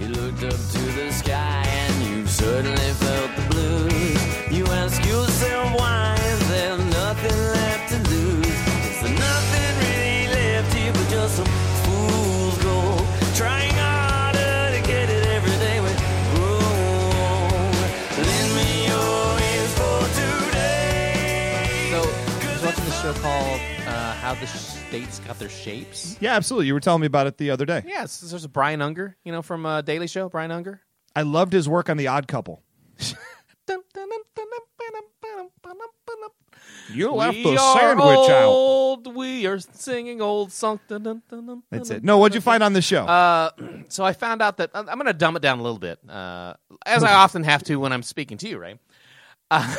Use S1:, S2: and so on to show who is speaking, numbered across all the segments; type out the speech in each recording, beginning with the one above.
S1: looked up to the sky and you certainly felt the blues. You ask yourself why is there nothing left to lose? Is there nothing really left here but just some fool's gold? Trying harder to get it every day we grow old. Lend me your ears for today.
S2: So I was watching this show called uh, "How the States Got Their Shapes."
S3: Yeah, absolutely. You were telling me about it the other day.
S2: Yes, there's a Brian Unger, you know, from uh, Daily Show. Brian Unger.
S3: I loved his work on The Odd Couple. You
S2: we are old. We are singing old songs. Dun, dun, dun, dun,
S3: That's
S2: dun,
S3: it. No, what'd you find on the show?
S2: Uh, so I found out that I'm going to dumb it down a little bit, uh, as I often have to when I'm speaking to you, right? Uh,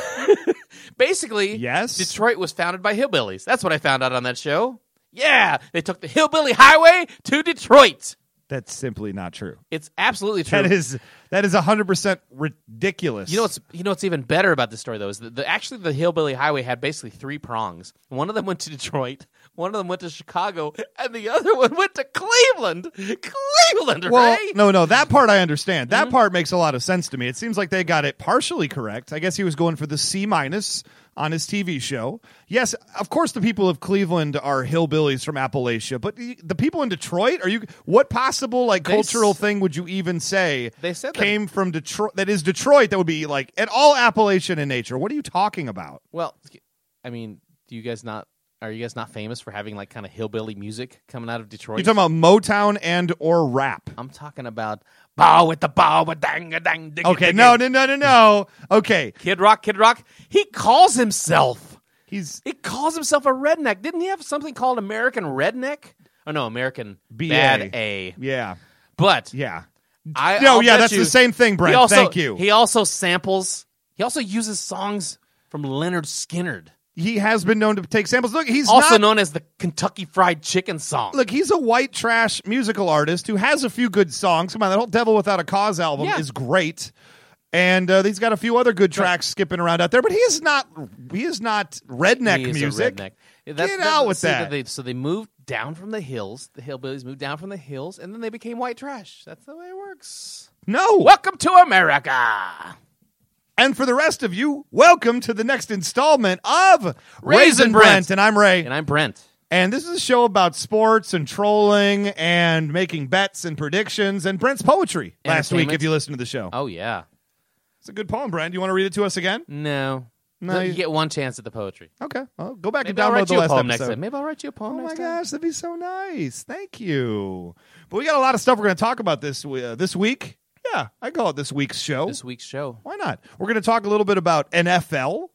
S2: basically,
S3: Yes.
S2: Detroit was founded by hillbillies. That's what I found out on that show. Yeah, they took the hillbilly highway to Detroit.
S3: That's simply not true.
S2: It's absolutely true.
S3: That is that is hundred percent ridiculous.
S2: You know what's you know what's even better about this story though is that the, actually the hillbilly highway had basically three prongs. One of them went to Detroit, one of them went to Chicago, and the other one went to Cleveland. Cleveland,
S3: well,
S2: right? Mm-hmm.
S3: no, no, that part I understand. That part makes a lot of sense to me. It seems like they got it partially correct. I guess he was going for the C minus on his TV show. Yes, of course, the people of Cleveland are hillbillies from Appalachia, but the the people in Detroit are you? What possible like
S2: They s-
S3: cultural thing would you even say?
S2: They said that-
S3: came from Detroit. That is Detroit. That would be like at all Appalachian in nature. What are you talking about?
S2: Well, I mean, do you guys not are you guys not famous for having like kind of hillbilly music coming out of Detroit?
S3: You're talking about Motown and or rap.
S2: I'm talking about bow with the bow with dang a dang ding.
S3: Okay, no, no, no, no, no. Okay,
S2: Kid Rock, Kid Rock. He calls himself.
S3: he's
S2: He calls himself a redneck. Didn't he have something called American Redneck? Oh no, American
S3: BA.
S2: Bad A.
S3: yeah,
S2: But
S3: yeah.
S2: I
S3: No,
S2: I'll
S3: yeah,
S2: bet
S3: that's
S2: you-
S3: the same thing, Brent.
S2: He also,
S3: Thank you. He,
S2: He also samples. He also uses songs from Leonard Skinnard,
S3: has been known to take samples. Look, he's
S2: also
S3: not.
S2: known as the Kentucky Fried Chicken song.
S3: Look, he's a white trash musical artist who has a few good songs. Come on, that whole "Devil Without a Cause" album
S2: Yeah.
S3: is great, and uh, he's got a few other good tracks skipping around out there. But he is not. He is not redneck
S2: He is a
S3: music.
S2: redneck. Yeah,
S3: Get out with
S2: see,
S3: that.
S2: they- so they moved down from the hills. The hillbillies moved down from the hills, and then they became white trash. That's the way it works.
S3: No.
S2: Welcome to America.
S3: And for the rest of you, welcome to the next installment of
S2: Raisin Brent.
S3: and I'm Ray.
S2: And I'm Brent.
S3: And this is a show about sports and trolling and making bets and predictions and Brent's poetry last week,
S2: Entertainment.
S3: if you listen to the show.
S2: Oh yeah.
S3: It's a good poem, Brent. You want to read it to us again?
S2: No.
S3: No,
S2: No,
S3: you-
S2: you get one chance at the poetry.
S3: Okay. Well, go back
S2: Maybe
S3: and
S2: I'll
S3: download
S2: write
S3: the
S2: you a
S3: last
S2: poem next
S3: episode.
S2: time. Maybe I'll write you a poem
S3: Oh my
S2: next time.
S3: gosh, that'd be so nice. Thank you. But we got a lot of stuff we're going to talk about this uh, this week. Yeah, I call it this week's show.
S2: This week's show.
S3: Why not? We're going to talk a little bit about NFL,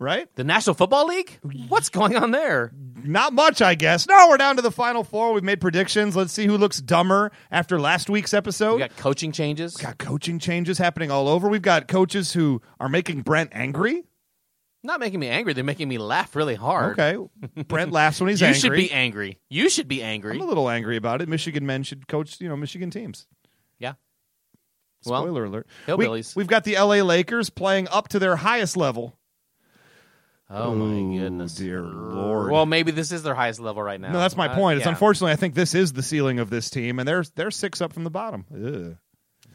S3: right?
S2: The National Football League?
S3: Mm-hmm.
S2: What's going on there?
S3: Not much, I guess. No, we're down to the final four. We've made predictions. Let's see who looks dumber after last week's episode.
S2: We got coaching changes.
S3: got coaching changes happening all over. We've got coaches who are making Brent angry.
S2: Not making me angry, they're making me laugh really hard.
S3: Okay. Brent laughs when he's
S2: You
S3: angry.
S2: should be angry. You should be angry.
S3: I'm a little angry about it. Michigan men should coach, you know, Michigan teams.
S2: yeah.
S3: Spoiler
S2: well,
S3: alert.
S2: hillbillies.
S3: We, have got the LA Lakers playing up to their highest level.
S2: oh my goodness.
S3: dear Lord.
S2: Well, maybe this is their highest level right now.
S3: no, that's my
S2: Uh,
S3: point. It's
S2: yeah.
S3: unfortunately I think this is the ceiling of this team, and they're they're six up from the bottom. Ugh.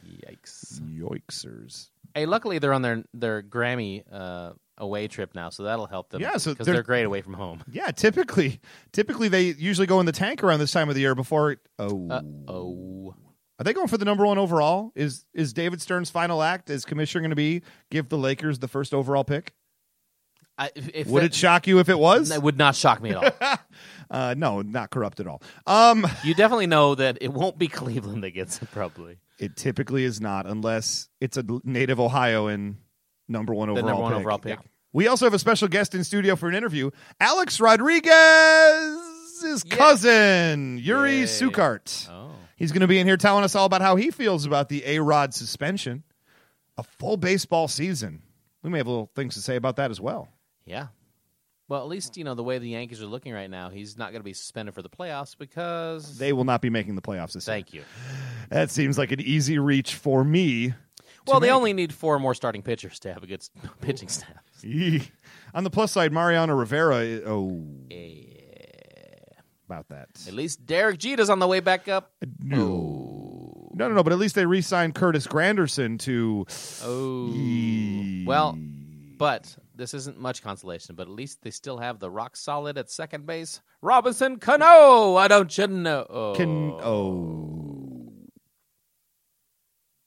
S2: Yikes.
S3: Yoiksers.
S2: Hey, luckily they're on their their Grammy uh, away trip now, so that'll help them.
S3: Yeah, so
S2: because
S3: they're-
S2: they're, great away from home.
S3: Yeah, typically typically they usually go in the tank around this time of the year before oh
S2: Uh oh.
S3: Are they going for the number one overall? Is is David Stern's final act as commissioner going to be give the Lakers the first overall pick?
S2: I, if, if
S3: Would
S2: that-
S3: it shock you if it was?
S2: That would not shock me at all.
S3: Uh, no, not corrupt at all. Um,
S2: you definitely know that it won't be Cleveland that gets it, probably.
S3: it typically is not unless it's a native Ohioan number one overall.
S2: number one
S3: pick.
S2: overall pick.
S3: We also have a special guest in studio for an interview. Alex Rodriguez's
S2: Yeah.
S3: cousin Yuri
S2: Yay.
S3: Sukart.
S2: Oh.
S3: He's going to be in here telling us all about how he feels about the A Rod suspension, a full baseball season. We may have little things to say about that as well.
S2: Yeah. Well, at least you know the way the Yankees are looking right now. He's not going to be suspended for the playoffs because
S3: They will not be making the playoffs this
S2: Thank you.
S3: year. That seems like an easy reach for me.
S2: Well, they
S3: make-
S2: only need four more starting pitchers to have a good s- pitching staff.
S3: Yee. On the plus side, Mariano Rivera. i- Oh, about that.
S2: At least Derek Jeter's on the way back up.
S3: No, No, no, no. But at least they re-signed Curtis Granderson to.
S2: Oh. Well, but this isn't much consolation, but at least they still have the rock solid at second base, Robinson Cano. I don't you oh, know.
S3: Can oh.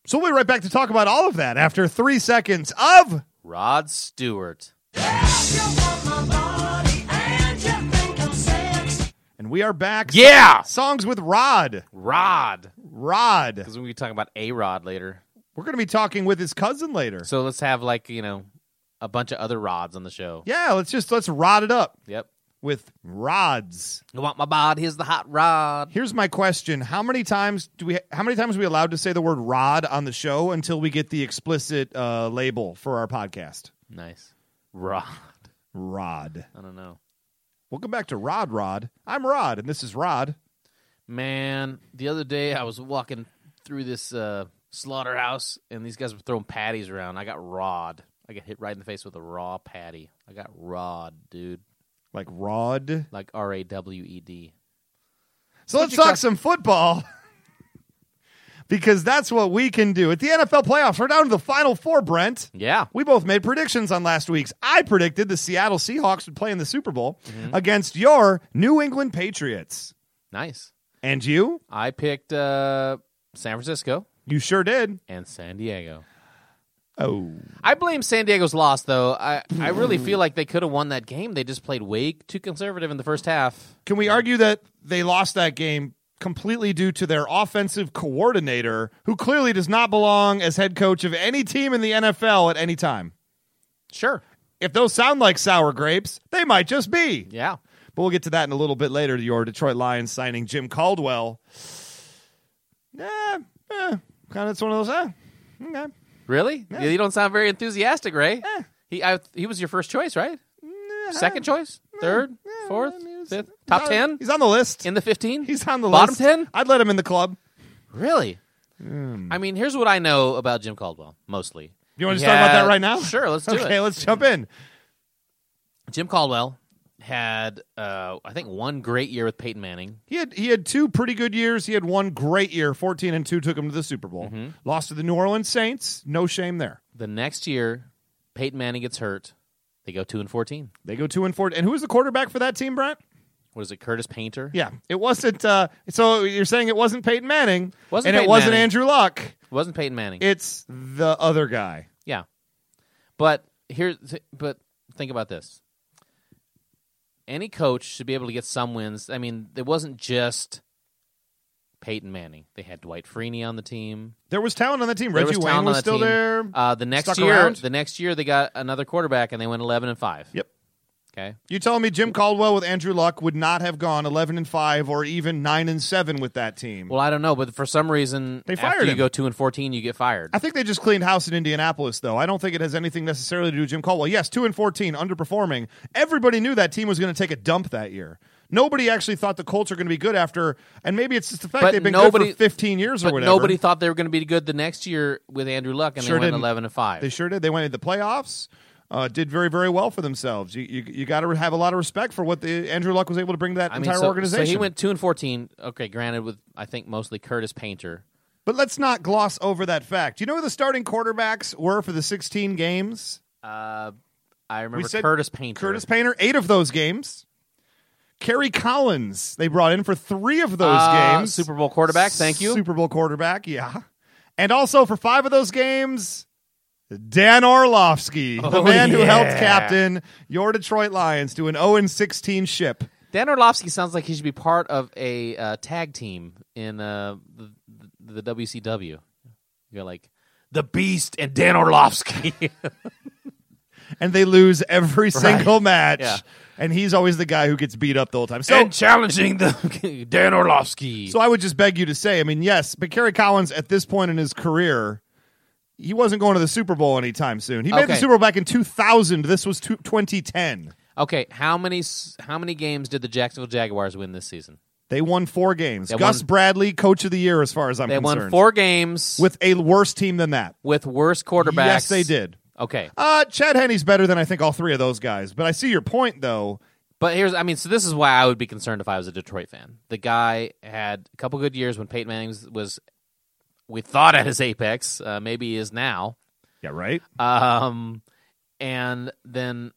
S3: So we'll be right back to talk about all of that after three seconds of.
S2: Rod Stewart.
S3: And we are back.
S2: Yeah!
S3: Songs with Rod.
S2: Rod.
S3: Rod.
S2: Because we're going to be talking about A Rod later.
S3: We're going to be talking with his cousin later.
S2: So let's have, like, you know, a bunch of other rods on the show.
S3: Yeah, let's just let's rod it up
S2: Yep.
S3: with rods.
S2: You want my bod? Here's the hot rod.
S3: Here's my question: How many times do we? How many times are we allowed to say the word rod on the show until we get the explicit uh, label for our podcast?
S2: Nice. Rod.
S3: Rod.
S2: I don't know.
S3: Welcome back to Rod Rod. I'm Rod, and this is Rod.
S2: Man, the other day I was walking through this uh, slaughterhouse and these guys were throwing patties around. I got rod. I got hit right in the face with a raw patty. I got rod, dude.
S3: Like Rod.
S2: Like R A W E D.
S3: So let's
S2: you
S3: talk
S2: got-
S3: some football. because that's what we can do. At the NFL playoffs, we're down to the final four, Brent.
S2: Yeah.
S3: We both made predictions on last week's. I predicted the Seattle Seahawks would play in the Super Bowl against your New England Patriots.
S2: Nice.
S3: And you?
S2: I picked uh, San Francisco
S3: You sure did.
S2: and San Diego.
S3: Oh.
S2: I blame San Diego's loss, though. I, I really feel like they could have won that game. They just played way too conservative in the first half.
S3: Can we argue that they lost that game completely due to their offensive coordinator, who clearly does not belong as head coach of any team in the NFL at any time?
S2: Sure.
S3: If those sound like sour grapes, they might just be.
S2: Yeah.
S3: But we'll get to that in a little bit later. Your Detroit Lions signing Jim Caldwell. Yeah, eh, kind of. It's one of those. Eh, okay.
S2: Really? You don't sound very enthusiastic, Ray. He I, he was your first choice, right? Second choice, third,
S3: Yeah,
S2: fourth,
S3: I mean, it's-
S2: fifth,
S3: he's
S2: top
S3: on-
S2: ten
S3: He's on the list.
S2: in the fifteen.
S3: he's on the
S2: bottom
S3: list.
S2: ten.
S3: I'd let him in the club.
S2: Really? I mean, here's what I know about Jim Caldwell mostly.
S3: Hmm. You want to
S2: He
S3: just talk about
S2: had-
S3: that right now?
S2: Sure, let's do
S3: okay,
S2: it.
S3: let's jump in.
S2: Jim Caldwell had uh, I think one great year with Peyton Manning.
S3: He had he had two pretty good years. He had one great year. Fourteen and two took him to the Super Bowl.
S2: Mm-hmm.
S3: Lost to the New Orleans Saints. No shame there.
S2: The next year, Peyton Manning gets hurt. They go two and fourteen.
S3: They go two and four. And who was the quarterback for that team, Brent?
S2: What is it, Curtis Painter?
S3: Yeah, it wasn't. Uh, so you're saying it wasn't Peyton Manning,
S2: Wasn't
S3: and it
S2: Peyton
S3: wasn't
S2: Manning.
S3: Andrew Luck.
S2: It wasn't Peyton Manning.
S3: It's the other guy.
S2: Yeah, but here, but think about this. Any coach should be able to get some wins. I mean, it wasn't just Peyton Manning. They had Dwight Freeney on the team.
S3: There was talent on that team.
S2: There
S3: Reggie
S2: was
S3: Wayne
S2: talent on
S3: was
S2: the
S3: still
S2: team.
S3: there.
S2: Uh, the next
S3: Stuck
S2: year,
S3: around.
S2: the next year they got another quarterback and they went eleven and five.
S3: Yep.
S2: Okay.
S3: You telling me Jim Caldwell with Andrew Luck would not have gone 11 and five or even nine and seven with that team?
S2: Well, I don't know, but for some reason,
S3: They
S2: after
S3: fired
S2: you
S3: him.
S2: go two and fourteen, you get fired.
S3: I think they just cleaned house in Indianapolis, though. I don't think it has anything necessarily to do with Jim Caldwell. Yes, two and fourteen, underperforming. Everybody knew that team was going to take a dump that year. Nobody actually thought the Colts are going to be good after, and maybe it's just the fact
S2: But
S3: they've been
S2: nobody-
S3: good for 15 years or
S2: but
S3: whatever.
S2: nobody thought they were going to be good the next year with Andrew Luck, and
S3: Sure
S2: they went
S3: didn't.
S2: eleven and five.
S3: They sure did. They went into the playoffs. Uh, did very very well for themselves. You you, you got to have a lot of respect for what the Andrew Luck was able to bring to that
S2: I mean,
S3: entire
S2: so,
S3: organization.
S2: So he went two and fourteen. Okay, granted, with I think mostly Curtis Painter.
S3: but let's not gloss over that fact. You know who the starting quarterbacks were for the 16 games?
S2: Uh, I remember
S3: said
S2: Curtis Painter.
S3: Curtis Painter, eight of those games. Kerry Collins, they brought in for three of those
S2: Uh,
S3: games.
S2: Super Bowl quarterback. Thank you.
S3: Super Bowl quarterback, yeah. And also for five of those games, Dan Orlovsky, the
S2: Oh,
S3: man who
S2: yeah.
S3: helped captain your Detroit Lions to an 0 16 ship.
S2: Dan Orlovsky sounds like he should be part of a uh, tag team in uh, the, the the WCW. You're like the Beast and Dan Orlovsky.
S3: and they lose every single match.
S2: Yeah.
S3: And he's always the guy who gets beat up the whole time. So,
S2: and challenging the Dan Orlovsky.
S3: so I would just beg you to say, I mean, yes, but Kerry Collins at this point in his career, he wasn't going to the Super Bowl anytime soon. He made the
S2: Okay.
S3: Super Bowl back in 2000. This was two, 2010.
S2: okay, how many s- how many games did the Jacksonville Jaguars win this season?
S3: They won four games.
S2: They
S3: Gus
S2: won-
S3: Bradley, coach of the year, as far as I'm
S2: They
S3: concerned,
S2: won four games
S3: with a worse team than that.
S2: with worse quarterbacks.
S3: Yes, they did.
S2: Okay,
S3: Uh, Chad Henney's better than I think all three of those guys. But I see your point, though.
S2: But here's, I mean, so this is why I would be concerned if I was a Detroit fan. The guy had a couple good years when Peyton Manning was we thought at his apex, uh, maybe he is now,
S3: Yeah, right.
S2: um, and then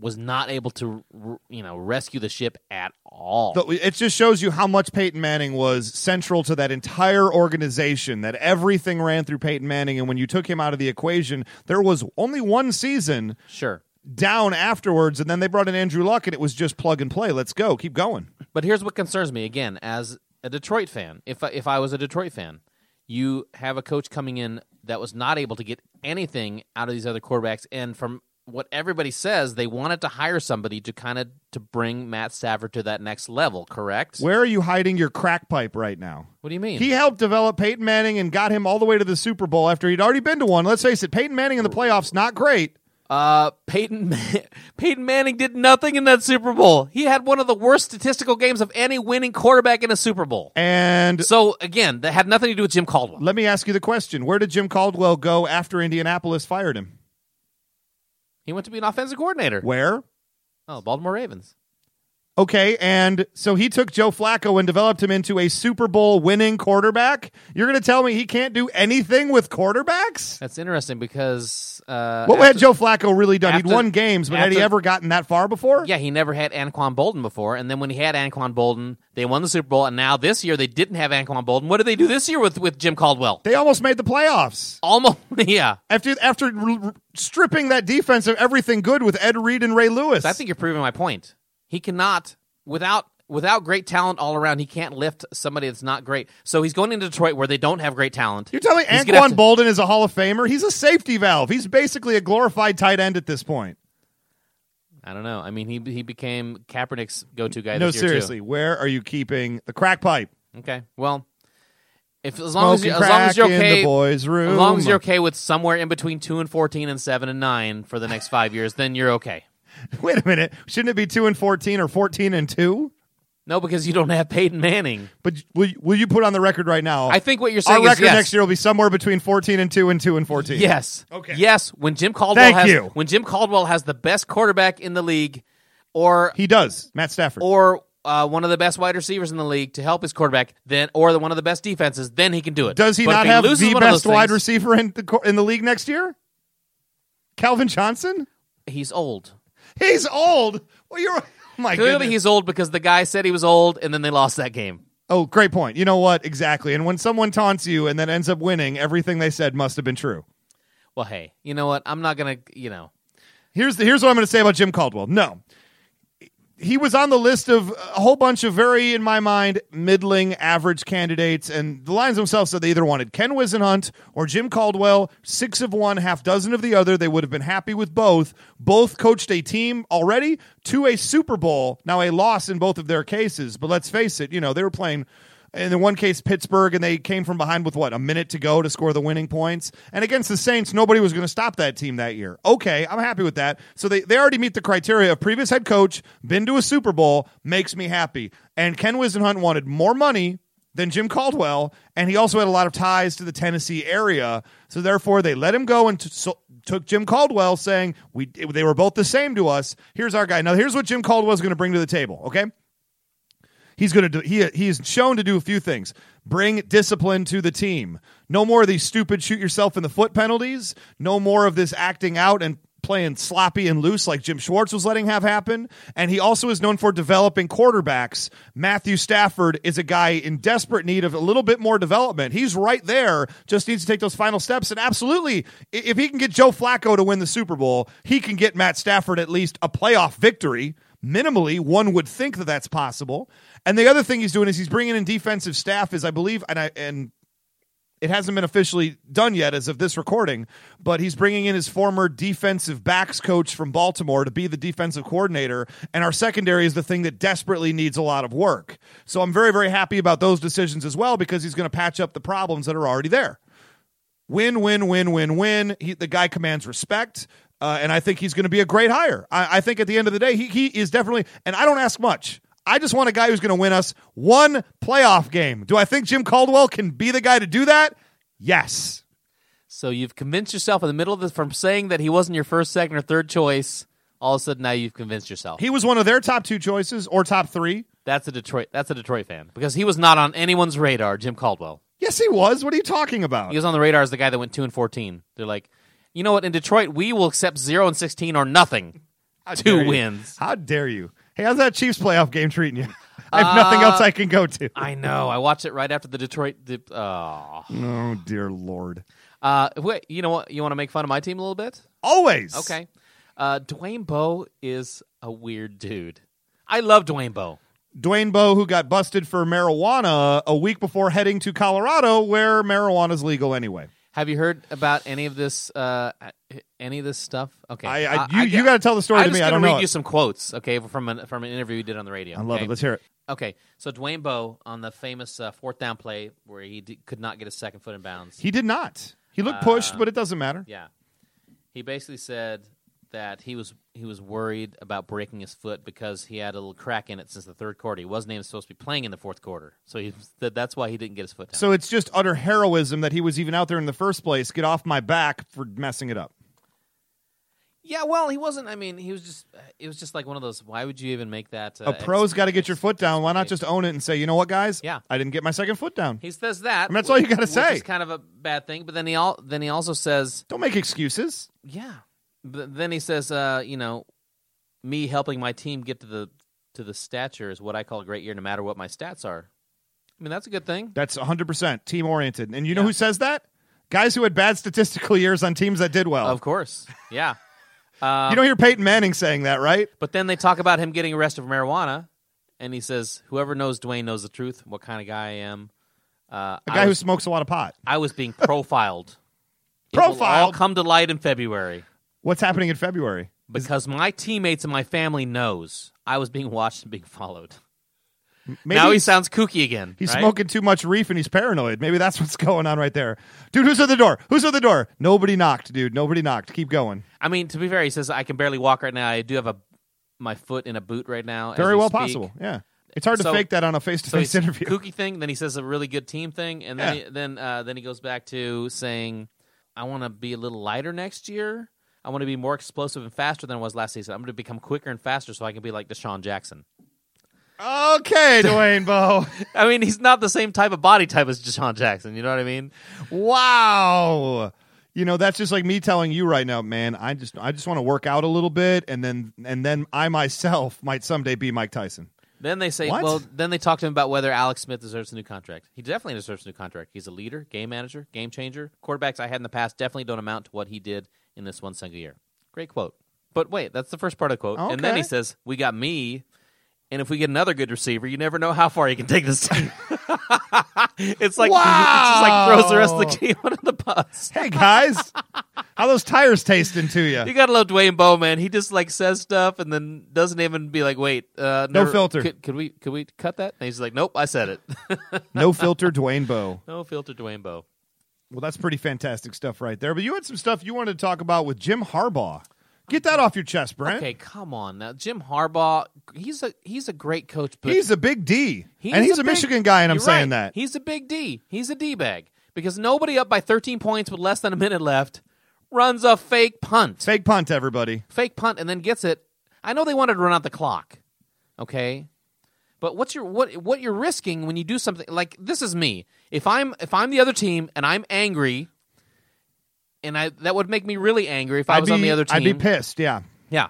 S2: was not able to, r- you know, rescue the ship at all.
S3: The- it just shows you how much Peyton Manning was central to that entire organization. That everything ran through Peyton Manning, and when you took him out of the equation, there was only one season
S2: sure.
S3: down afterwards, and then they brought in Andrew Luck, and it was just plug and play. Let's go, keep going.
S2: But here's what concerns me again as a Detroit fan. If I, if I was a Detroit fan, you have a coach coming in that was not able to get anything out of these other quarterbacks and from what everybody says, they wanted to hire somebody to kind of to bring Matt Stafford to that next level, correct?
S3: Where are you hiding your crack pipe right now?
S2: what do you mean?
S3: He helped develop Peyton Manning and got him all the way to the Super Bowl after he'd already been to one. Let's face it, Peyton Manning in the playoffs not great.
S2: uh Peyton Man- Peyton Manning did nothing in that Super Bowl. He had one of the worst statistical games of any winning quarterback in a Super Bowl.
S3: And
S2: So again, that had nothing to do with Jim Caldwell.
S3: let me ask you the question: Where did Jim Caldwell go after Indianapolis fired him?
S2: He went to be an offensive coordinator.
S3: Where?
S2: Oh, Baltimore Ravens.
S3: Okay, and so he took Joe Flacco and developed him into a Super Bowl winning quarterback. You're going to tell me he can't do anything with quarterbacks?
S2: That's interesting because uh,
S3: What had
S2: after-
S3: Joe Flacco really done?
S2: after-
S3: He'd won games, but had he
S2: after-
S3: ever gotten that far before?
S2: yeah, he never had Anquan Bolden before, and then when he had Anquan Bolden, they won the Super Bowl, and now this year they didn't have Anquan Bolden. What did they do this year with with Jim Caldwell?
S3: They almost made the playoffs.
S2: Almost, yeah.
S3: After after r- r- stripping that defense of everything good with Ed Reed and Ray Lewis.
S2: So I think you're proving my point. He cannot without without great talent all around. He can't lift somebody that's not great. So he's going into Detroit where they don't have great talent.
S3: You're telling
S2: He's gonna have
S3: Anquan
S2: to-
S3: Bolden is a Hall of Famer? He's a safety valve. He's basically a glorified tight end at this point.
S2: I don't know. I mean, he he became Kaepernick's go to guy.
S3: No,
S2: this year, too.
S3: seriously, where are you keeping the crack pipe?
S2: Okay. Well, if as long as you,
S3: Smoking
S2: as long as you're
S3: crack in the
S2: okay,
S3: boys' room.
S2: as long as you're okay with somewhere in between two and fourteen and seven and nine for the next five years, then you're okay.
S3: Wait a minute. Shouldn't it be 2 and 14 or 14 and 2?
S2: No, because you don't have Peyton Manning.
S3: But will you, will you put on the record right now?
S2: I think what you're
S3: our
S2: saying is
S3: record
S2: yes.
S3: next year will be somewhere between 14 and 2 and 2 and 14.
S2: Yes.
S3: Okay.
S2: Yes. When Jim Caldwell
S3: Thank
S2: has
S3: you.
S2: when Jim Caldwell has the best quarterback in the league, or
S3: He does. Matt Stafford.
S2: or uh, one of the best wide receivers in the league to help his quarterback, then or the, one of the best defenses, then he can do it.
S3: does he
S2: But if
S3: not have
S2: loses
S3: the
S2: one of those
S3: best wide
S2: things,
S3: receiver in the, co- in the league next year? Calvin Johnson?
S2: He's old.
S3: He's old. Well, you're oh my
S2: Clearly,
S3: goodness.
S2: he's old because the guy said he was old, and then they lost that game.
S3: Oh, great point. You know what? Exactly. And when someone taunts you and then ends up winning, everything they said must have been true.
S2: Well, hey, you know what? I'm not gonna, you know,
S3: Here's the, here's what I'm going to say about Jim Caldwell. No. He was on the list of a whole bunch of very, in my mind, middling average candidates, and the Lions themselves said they either wanted Ken Wisenhunt or Jim Caldwell, six of one, half dozen of the other. They would have been happy with both. Both coached a team already to a Super Bowl, now a loss in both of their cases. But let's face it, you know, they were playing in the one case Pittsburgh, and they came from behind with what a minute to go to score the winning points. And against the Saints, nobody was going to stop that team that year. Okay, I'm happy with that. So they they already meet the criteria of previous head coach, been to a Super Bowl, makes me happy. And Ken Wisenhunt wanted more money than Jim Caldwell, and he also had a lot of ties to the Tennessee area. So therefore, they let him go and t- so, took Jim Caldwell, saying we they were both the same to us. Here's our guy. Now here's what Jim Caldwell's going to bring to the table. Okay. He's going to do, he he's shown to do a few things. Bring discipline to the team. No more of these stupid shoot yourself in the foot penalties. No more of this acting out and playing sloppy and loose like Jim Schwartz was letting have happen. And he also is known for developing quarterbacks. Matthew Stafford is a guy in desperate need of a little bit more development. He's right there, just needs to take those final steps. And absolutely, i- if he can get Joe Flacco to win the Super Bowl, he can get Matt Stafford at least a playoff victory minimally one would think that that's possible and the other thing he's doing is he's bringing in defensive staff is i believe and i and it hasn't been officially done yet as of this recording but he's bringing in his former defensive backs coach from baltimore to be the defensive coordinator and our secondary is the thing that desperately needs a lot of work so i'm very very happy about those decisions as well because he's going to patch up the problems that are already there win, win, win, win, win. He, the guy commands respect, uh, and I think he's going to be a great hire. I, I think at the end of the day, he, he is definitely, and I don't ask much. I just want a guy who's going to win us one playoff game. Do I think Jim Caldwell can be the guy to do that? Yes.
S2: So you've convinced yourself in the middle of this from saying that he wasn't your first, second, or third choice. All of a sudden, now you've convinced yourself.
S3: He was one of their top two choices or top three.
S2: that's a Detroit. That's a Detroit fan because he was not on anyone's radar. Jim Caldwell.
S3: Yes, he was. What are you talking about?
S2: He was on the radar as the guy that went two and fourteen. They're like, you know what? In Detroit, we will accept zero and sixteen or nothing.
S3: How
S2: two
S3: dare you.
S2: wins.
S3: How dare you? Hey, how's that Chiefs playoff game treating you? I have nothing else I can go to.
S2: Uh, I know. I watched it right after the Detroit. The, oh.
S3: Oh dear lord!
S2: Uh, wait, you know what? You want to make fun of my team a little bit?
S3: Always
S2: Okay. Uh, Dwayne Bowe is a weird dude. I love Dwayne Bowe.
S3: Dwayne Bowe, who got busted for marijuana a week before heading to Colorado, where marijuana's legal anyway.
S2: Have you heard about any of this? Uh, any of this stuff? Okay,
S3: I, I, you, you got to tell the story
S2: I'm
S3: to me.
S2: just
S3: I
S2: gonna
S3: don't
S2: read
S3: know.
S2: you
S3: it.
S2: some quotes, okay, from an, from an interview we did on the radio.
S3: I love
S2: okay?
S3: it. Let's hear it.
S2: Okay, so Dwayne Bowe on the famous uh, fourth down play where he d- could not get his second foot in bounds.
S3: He did not. He looked pushed, but it doesn't matter.
S2: Uh, yeah, he basically said that he was he was worried about breaking his foot because he had a little crack in it since the third quarter. He wasn't even supposed to be playing in the fourth quarter, so he that, that's why he didn't get his foot down.
S3: So it's just utter heroism that he was even out there in the first place. Get off my back for messing it up.
S2: yeah, well, he wasn't. I mean, he was just. It was just like one of those. Why would you even make that? Uh,
S3: A pro's
S2: ex-
S3: got to get your foot down. Why not just own it and say, you know what, guys?
S2: Yeah.
S3: I didn't get my second foot down.
S2: He says that.
S3: mean, that's all you gotta
S2: which
S3: say.
S2: Is kind of a bad thing, but then he all then he also says,
S3: Don't make excuses.
S2: yeah. Th- Then he says, uh, you know, me helping my team get to the to the stature is what I call a great year, no matter what my stats are. I mean, that's a good thing.
S3: That's 100% team oriented. And you know
S2: Yeah.
S3: who says that? Guys who had bad statistical years on teams that did well.
S2: Of course, yeah. Uh,
S3: Oh. you don't hear Peyton Manning saying that, right?
S2: but then they talk about him getting arrested for marijuana, and he says, "Whoever knows Dwayne knows the truth. What kind of guy I am." Uh,
S3: A
S2: I
S3: guy who
S2: was-
S3: smokes a lot of pot.
S2: I was being profiled. It will all
S3: Profiled?
S2: come to light in February.
S3: What's happening in February?
S2: because my teammates and my family knows I was being watched and being followed.
S3: Maybe
S2: now he
S3: he's,
S2: sounds kooky again.
S3: he's
S2: right?
S3: smoking too much reef and he's paranoid. Maybe that's what's going on right there. Dude, who's at the door? Who's at the door? Nobody knocked, dude. Nobody knocked. Keep going.
S2: I mean, to be fair, he says I can barely walk right now. I do have a my foot in a boot right now. as
S3: Very
S2: we
S3: well
S2: speak."
S3: possible. Yeah. It's hard
S2: So-
S3: to fake that on a face to
S2: So
S3: face
S2: he's
S3: interview.
S2: kooky thing. Then he says a really good team thing, and then
S3: Yeah.
S2: he, then uh, then he goes back to saying, "I want to be a little lighter next year. I want to be more explosive and faster than I was last season. I'm going to become quicker and faster, so I can be like Deshaun Jackson."
S3: Okay, Dwayne Bowe.
S2: I mean, he's not the same type of body type as Deshaun Jackson. You know what I mean?
S3: Wow. You know, that's just like me telling you right now, man, I just I just want to work out a little bit and then and then I myself might someday be Mike Tyson.
S2: Then they say,
S3: What?
S2: well, then they talk to him about whether Alex Smith deserves a new contract. He definitely deserves a new contract. He's a leader, game manager, game changer. Quarterbacks I had in the past definitely don't amount to what he did in this one single year. Great quote. But wait, that's the first part of the quote. And then
S3: Okay.
S2: he says, we got me. And if we get another good receiver, you never know how far you can take this team. it's like it just like throws the rest of the team under the bus.
S3: Hey guys, how those tires tasting to you?
S2: You gotta love Dwayne Bowman. He just like says stuff and then doesn't even be like, "Wait, uh,
S3: No
S2: never-
S3: filter.
S2: Could, could we could we cut that?" And he's like, "Nope, I said it."
S3: No filter Dwayne Bowe.
S2: No filter Dwayne Bowe.
S3: Well, that's pretty fantastic stuff right there. But you had some stuff you wanted to talk about with Jim Harbaugh. Get that off your chest, Brent.
S2: Okay, come on now. Jim Harbaugh, he's a he's a great coach, but
S3: He's a big D.
S2: he's
S3: and he's a,
S2: big-
S3: Michigan guy, and I'm
S2: You're
S3: saying
S2: right.
S3: that.
S2: He's a big D. He's a D bag. Because nobody up by thirteen points with less than a minute left runs a fake punt.
S3: Fake punt, everybody.
S2: Fake punt and then gets it. I know they wanted to run out the clock. Okay? But what's your what what you're risking when you do something like this is me. If I'm if I'm the other team and I'm angry and I that would make me really angry if I was
S3: be,
S2: on the other team.
S3: I'd be pissed, yeah.
S2: Yeah.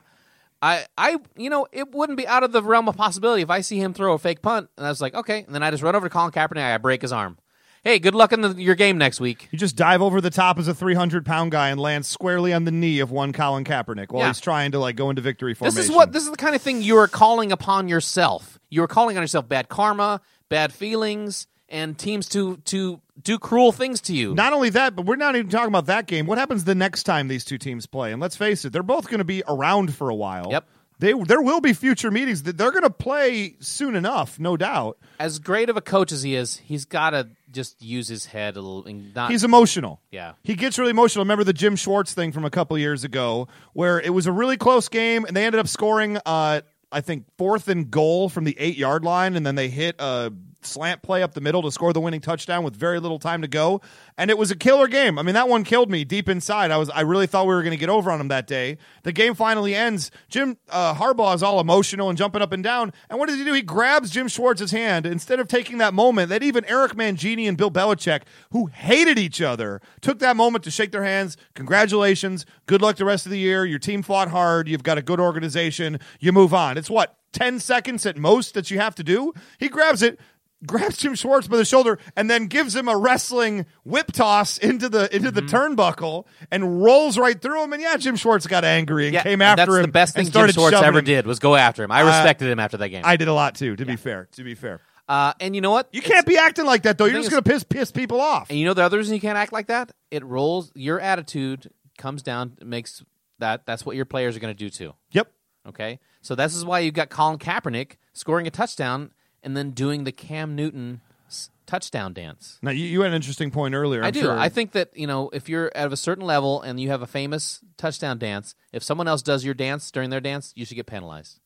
S2: I, I, you know, it wouldn't be out of the realm of possibility if I see him throw a fake punt, and I was like, okay, and then I just run over to Colin Kaepernick, I break his arm. Hey, good luck in the, your game next week.
S3: You just dive over the top as a 300 pound guy and land squarely on the knee of one Colin Kaepernick while
S2: Yeah.
S3: he's trying to like go into victory formation.
S2: This is what this is the kind of thing you are calling upon yourself. You are calling on yourself bad karma, bad feelings, and teams to to do cruel things to you.
S3: Not only that, but we're not even talking about that game. What happens the next time these two teams play? And let's face it, they're both going to be around for a while.
S2: Yep.
S3: They there will be future meetings that they're going to play soon enough, no doubt.
S2: as great of a coach as he is, he's got to just use his head a little and not.
S3: He's emotional.
S2: Yeah.
S3: He gets really emotional. Remember the Jim Schwartz thing from a couple years ago where it was a really close game and they ended up scoring uh I think fourth and goal from the 8-yard line and then they hit a slant play up the middle to score the winning touchdown with very little time to go. And it was a killer game. I mean, that one killed me deep inside. I was I really thought we were going to get over on him that day. The game finally ends. Jim uh, Harbaugh is all emotional and jumping up and down. And what does he do? He grabs Jim Schwartz's hand instead of taking that moment that even Eric Mangini and Bill Belichick, who hated each other, took that moment to shake their hands. Congratulations. Good luck the rest of the year. Your team fought hard. You've got a good organization. You move on. It's what 10 seconds at most that you have to do. He grabs it, grabs Jim Schwartz by the shoulder, and then gives him a wrestling whip toss into the into the
S2: Mm-hmm.
S3: turnbuckle and rolls right through him. And yeah, Jim Schwartz got angry and
S2: Yeah,
S3: came
S2: and
S3: after
S2: that's
S3: him.
S2: the best thing
S3: and
S2: Jim
S3: started
S2: Schwartz
S3: shoving
S2: ever
S3: him. Uh,
S2: did was go after him. I respected him after that game.
S3: I did a lot too, to be fair. To be fair.
S2: uh, and you know what?
S3: You can't be acting like that though. You're
S2: thing
S3: just gonna piss piss people off.
S2: And you know the other reason you can't act like that? It rolls your attitude comes down makes that that's what your players are going to do too.
S3: Yep.
S2: Okay, so this is why you got Colin Kaepernick scoring a touchdown and then doing the Cam Newton s- touchdown dance.
S3: Now you, you had an interesting point earlier. I'm
S2: i do.
S3: Sure.
S2: I think that you know if you're at a certain level and you have a famous touchdown dance, if someone else does your dance during their dance, you should get penalized.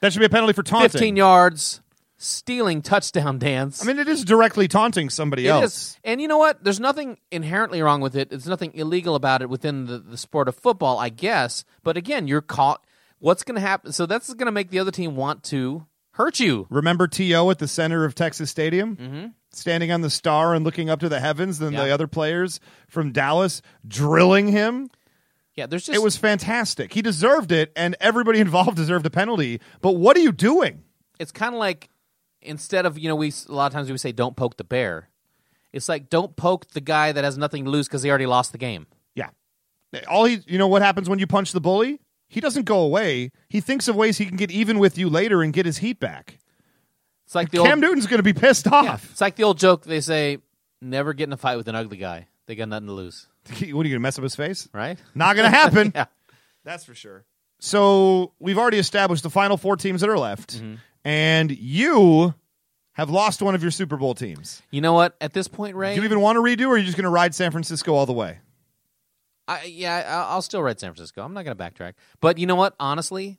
S3: that should be a penalty for taunting.
S2: Fifteen yards, stealing touchdown dance.
S3: I mean, it is directly taunting somebody
S2: It
S3: else.
S2: is. And you know what? There's nothing inherently wrong with it. There's nothing illegal about it within the, the sport of football, I guess. But again, you're caught. What's going to happen? So that's going to make the other team want to hurt you.
S3: Remember T.O. at the center of Texas Stadium? Mm-hmm. Standing on the star and looking up to the heavens, then the
S2: Yeah.
S3: other players from Dallas drilling him.
S2: Yeah, there's just
S3: It was fantastic. He deserved it, and everybody involved deserved a penalty. But what are you doing?
S2: it's kind of like instead of you know we s- a lot of times we say don't poke the bear. It's like don't poke the guy that has nothing to lose because he already lost the game.
S3: Yeah. All he, you know what happens when you punch the bully? He doesn't go away. He thinks of ways he can get even with you later and get his heat back.
S2: It's like the
S3: Cam
S2: old
S3: Newton's going to be pissed
S2: yeah,
S3: off.
S2: it's like the old joke they say never get in a fight with an ugly guy. They got nothing to lose,
S3: What are you going to mess up his face?
S2: right?
S3: Not going to happen.
S2: Yeah.
S3: That's for sure. So we've already established the final four teams that are left,
S2: Mm-hmm.
S3: and you have lost one of your Super Bowl teams.
S2: You know what? At this point, Ray,
S3: Do you even want to redo, or are you just going to ride San Francisco all the way?
S2: I, yeah, I- I'll still write San Francisco. I'm not going to backtrack. But you know what? Honestly,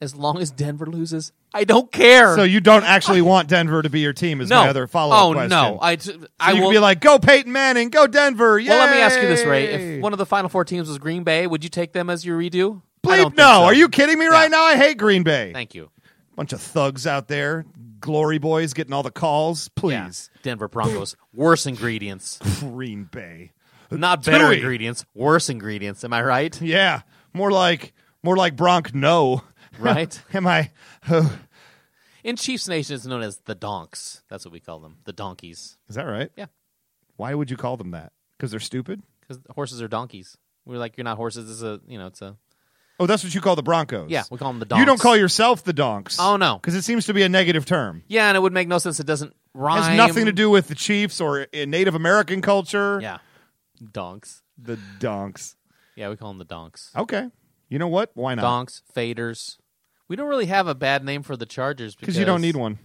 S2: as long as Denver loses, I don't care.
S3: So you don't actually want Denver to be your team? Is
S2: no.
S3: my other follow up
S2: oh,
S3: question?
S2: no. I, t- I
S3: you
S2: will
S3: can be like, go Peyton Manning, go Denver.
S2: Well, let me ask you this, Ray.
S3: yay."
S2: If one of the final four teams was Green Bay, would you take them as your redo? I don't
S3: Bleep,
S2: think
S3: no.
S2: so.
S3: Are you kidding me right now? I hate Green Bay.
S2: Thank you.
S3: Bunch of thugs out there, glory boys getting all the calls.
S2: Yeah.
S3: Please,
S2: Denver Broncos. worse ingredients.
S3: Green Bay.
S2: Not better
S3: Tui.
S2: ingredients. Worse ingredients. Am I right?
S3: Yeah, more like more like Bronk. No,
S2: Right?
S3: Am I?
S2: In Chiefs Nation, it's known as the Donks. That's what we call them. The Donkeys.
S3: Is that right?
S2: Yeah.
S3: Why would you call them that? Because they're stupid.
S2: Because horses are donkeys. We're like, you're not horses. This is a, you know, it's a.
S3: Oh, that's what you call the Broncos.
S2: Yeah, we call them the
S3: You don't
S2: donks.
S3: call yourself the donks.
S2: Oh, no.
S3: because it seems to be a negative term.
S2: Yeah, and it would make no sense. It doesn't
S3: It
S2: rhyme.
S3: has nothing to do with the Chiefs or in Native American culture.
S2: Yeah, donks.
S3: the donks.
S2: Yeah, we call them the donks.
S3: Okay, you know what? Why not?
S2: Donks, faders. We don't really have a bad name for the Chargers because
S3: Because you don't need one.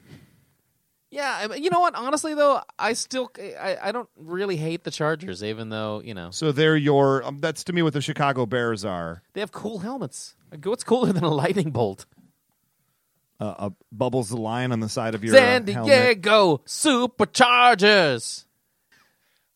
S2: Yeah, I mean, you know what? Honestly, though, I still I, I don't really hate the Chargers, even though you know
S3: So they're your. Um, that's to me what the Chicago Bears are.
S2: they have cool helmets. Like, what's cooler than a lightning bolt?
S3: Uh, uh, bubbles the line on the side of your uh,
S2: San
S3: helmet.
S2: Diego Superchargers.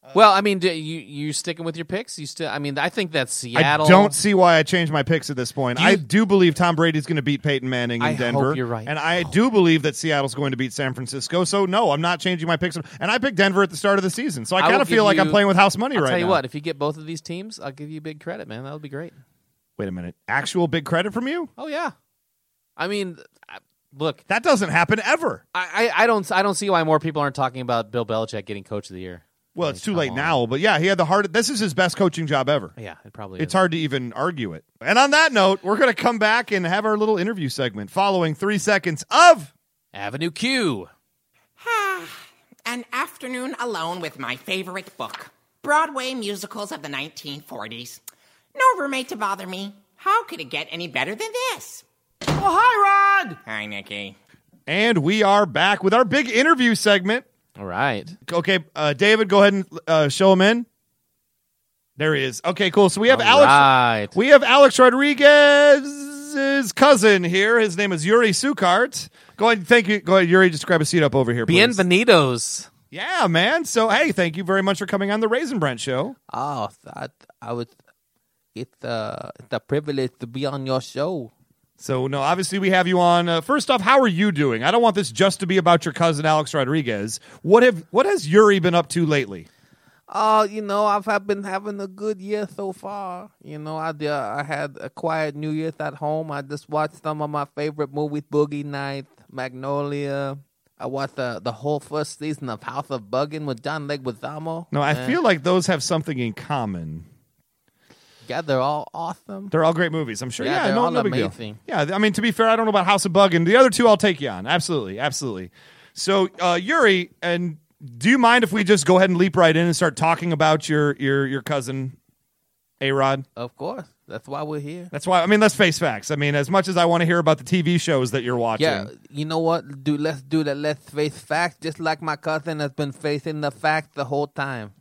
S3: Uh,
S2: well, I mean, do you you sticking with your picks? You still? I mean, I think that's Seattle.
S3: I don't see why I changed my picks at this point.
S2: Do you-
S3: I do believe Tom Brady's going to beat Peyton Manning in
S2: I hope
S3: Denver.
S2: you're right.
S3: And I do believe that Seattle's going to beat San Francisco. So no, I'm not changing my picks. And I picked Denver at the start of the season. So I,
S2: I will
S3: kind of
S2: give
S3: feel like I'm
S2: you-
S3: playing with house money
S2: I'll
S3: right
S2: tell you
S3: now.
S2: what, if you get both of these teams, I'll give you big credit, man. That would be great.
S3: Wait a minute. Actual big credit from you?
S2: Oh yeah, I mean, I- look,
S3: That doesn't happen ever.
S2: I, I, I don't I don't see why more people aren't talking about Bill Belichick getting coach of the year.
S3: Well, it's too
S2: come
S3: late
S2: on.
S3: now, but yeah, he had the hard this is his best coaching job ever.
S2: Yeah, it probably
S3: It's
S2: is.
S3: hard to even argue it. And on that note, we're going to come back and have our little interview segment following 3 seconds of
S2: Avenue Q.
S4: An afternoon alone with my favorite book Broadway musicals of the 1940s. No roommate to bother me. How could it get any better than this?
S5: Oh, hi, Rod!
S4: Hi, Nikki.
S3: and we are back with our big interview segment.
S2: All right,
S3: Okay, uh, David, go ahead and uh, show him in. There he is. Okay, cool. So we have
S2: All
S3: Alex.
S2: right.
S3: We have Alex Rodriguez is his cousin here. His name is Yuri Sukart. Go ahead, thank you. Go ahead, Yuri. Just grab a seat up over here, please.
S6: Bienvenidos.
S3: Yeah, man. So hey, thank you very much for coming on the Raisin Brent show.
S6: Oh, I, I would. It's uh, it's a privilege to be on your show.
S3: So no, obviously we have you on. Uh, first off, how are you doing? I don't want this just to be about your cousin Alex Rodriguez. What have what has Yuri been up to lately?
S6: Oh, you know, I've, I've been having a good year so far. You know, I uh, I had a quiet New Year's at home. I just watched some of my favorite movies: Boogie Nights, Magnolia. I watched the the whole first season of House of Buggin' with John Leguizamo.
S3: No, I
S6: And,
S3: feel like those have something in common.
S6: yeah, they're all awesome.
S3: They're all great movies, I'm sure.
S6: Yeah,
S3: Yeah,
S6: they're
S3: no,
S6: all
S3: no big deal.
S6: amazing.
S3: Yeah, I mean to be fair, I don't know about House of Bug and the other two. I'll take you on. Absolutely, absolutely. So uh, Yuri, and do you mind if we just go ahead and leap right in and start talking about your your your cousin, A Rod?
S6: Of course, that's why we're here.
S3: That's why. I mean, let's face facts. I mean, as much as I want to hear about the TV shows that you're watching,
S6: Yeah, you know what? Do let's do that. Let's face facts, just like my cousin has been facing the facts the whole time.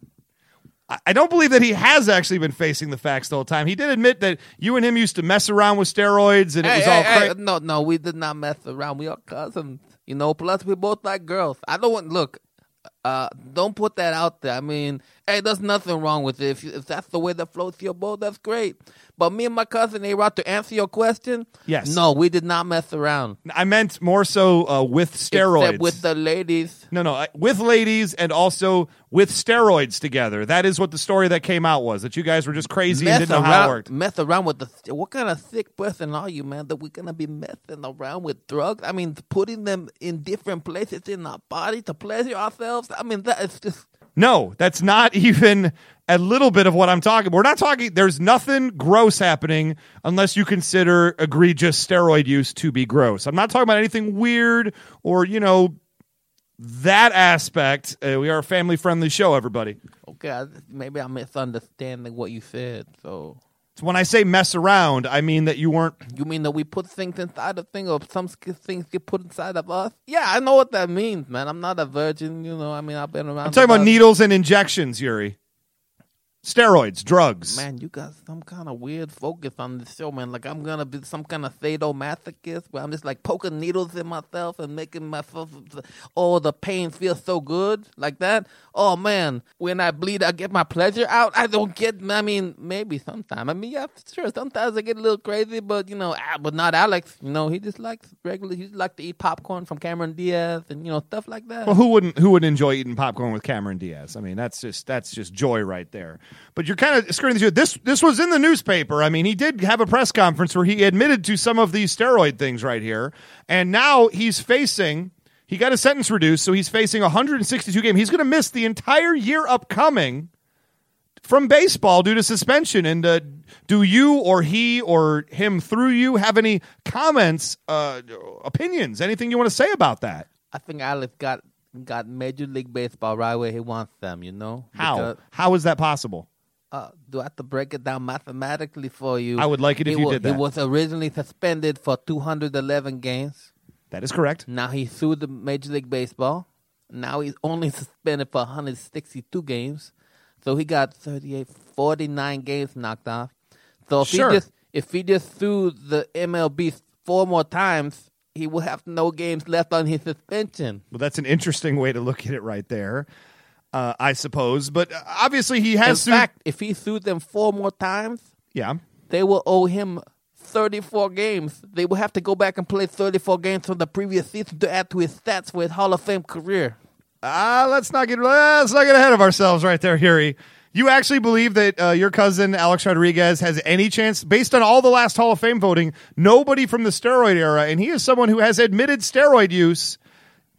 S3: I- I don't believe that he has actually been facing the facts the whole time. He did admit that you and him used to mess around with steroids, and it
S6: Hey,
S3: was
S6: hey,
S3: all
S6: hey, uh,
S3: cra-
S6: no, no, we did not mess around. We are cousins, you know. Plus, we both like girls. I don't want look. Uh, don't put that out there. I mean, hey, there's nothing wrong with it. If, you, if that's the way that floats your boat, that's great. But me and my cousin, they to answer your question.
S3: Yes.
S6: No, we did not mess around.
S3: I meant more so uh, with steroids.
S6: Except with the ladies.
S3: No, no, I- with ladies and also with steroids together. That is what the story that came out was that you guys were just crazy and
S6: mess
S3: didn't know how it
S6: around,
S3: worked.
S6: mess around with the. What kind of sick person are you, man? That we're gonna be messing around with drugs? I mean, putting them in different places in our body to pleasure ourselves. I mean, that is just.
S3: No, that's not even a little bit of what I'm talking. We're not talking. There's nothing gross happening unless you consider egregious steroid use to be gross. I'm not talking about anything weird or you know that aspect. Uh, we are a family friendly show, everybody.
S6: Okay, I, maybe I'm misunderstanding what you said. So
S3: So when I say mess around, I mean that you weren't
S6: you mean that we put things inside of things, or some sk- things get put inside of us? Yeah, I know what that means, man. I'm not a virgin, you know. I mean, I've been around.
S3: I'm talking about needles and injections, Yuri. Steroids, drugs.
S6: Man, you got some kind of weird focus on this show, man. Like I'm gonna be some kind of sadomasochist where I'm just like poking needles in myself and making myself, oh, the pain feels so good, like that. Oh man, when I bleed, I get my pleasure out. I don't get. I mean, maybe sometime. I mean, yeah, sure. Sometimes I get a little crazy, but you know, ah, but not Alex. You know, he just likes regular. He just like to eat popcorn from Cameron Diaz and you know stuff like that.
S3: Well, who wouldn't who would enjoy eating popcorn with Cameron Diaz? I mean, that's just that's just joy right there. But you're kind of skirting the this this was in the newspaper. I mean, he did have a press conference where he admitted to some of these steroid things right here, and now he's facing. He got his sentence reduced, so he's facing 162 game. He's going to miss the entire year upcoming from baseball due to suspension. And uh, do you or he or him through you have any comments, uh, opinions, anything you want to say about that?
S6: I think Alex got got Major League Baseball right where he wants them. You know
S3: How?
S6: Because-
S3: How is that possible?
S6: Uh, do I have to break it down mathematically for you?
S3: I would like it if
S6: He
S3: you
S6: wa-
S3: did
S6: He
S3: that.
S6: was originally suspended for 211 games.
S3: That is correct.
S6: Now he sued the Major League Baseball. Now he's only suspended for 162 games. So he got 38, 49 games knocked off. So if
S3: Sure.
S6: he just if he just sued the MLB four more times, he will have no games left on his suspension.
S3: Well, that's an interesting way to look at it right there, uh, I suppose. But uh, obviously, he has
S6: In
S3: sued-
S6: fact, if he sued them four more times,
S3: yeah.
S6: they will owe him 34 games. They will have to go back and play 34 games from the previous season to add to his stats for his Hall of Fame career.
S3: Uh, let's not get let's not get ahead of ourselves right there, Yuri. You actually believe that uh, your cousin Alex Rodriguez has any chance, based on all the last Hall of Fame voting? Nobody from the steroid era, and he is someone who has admitted steroid use.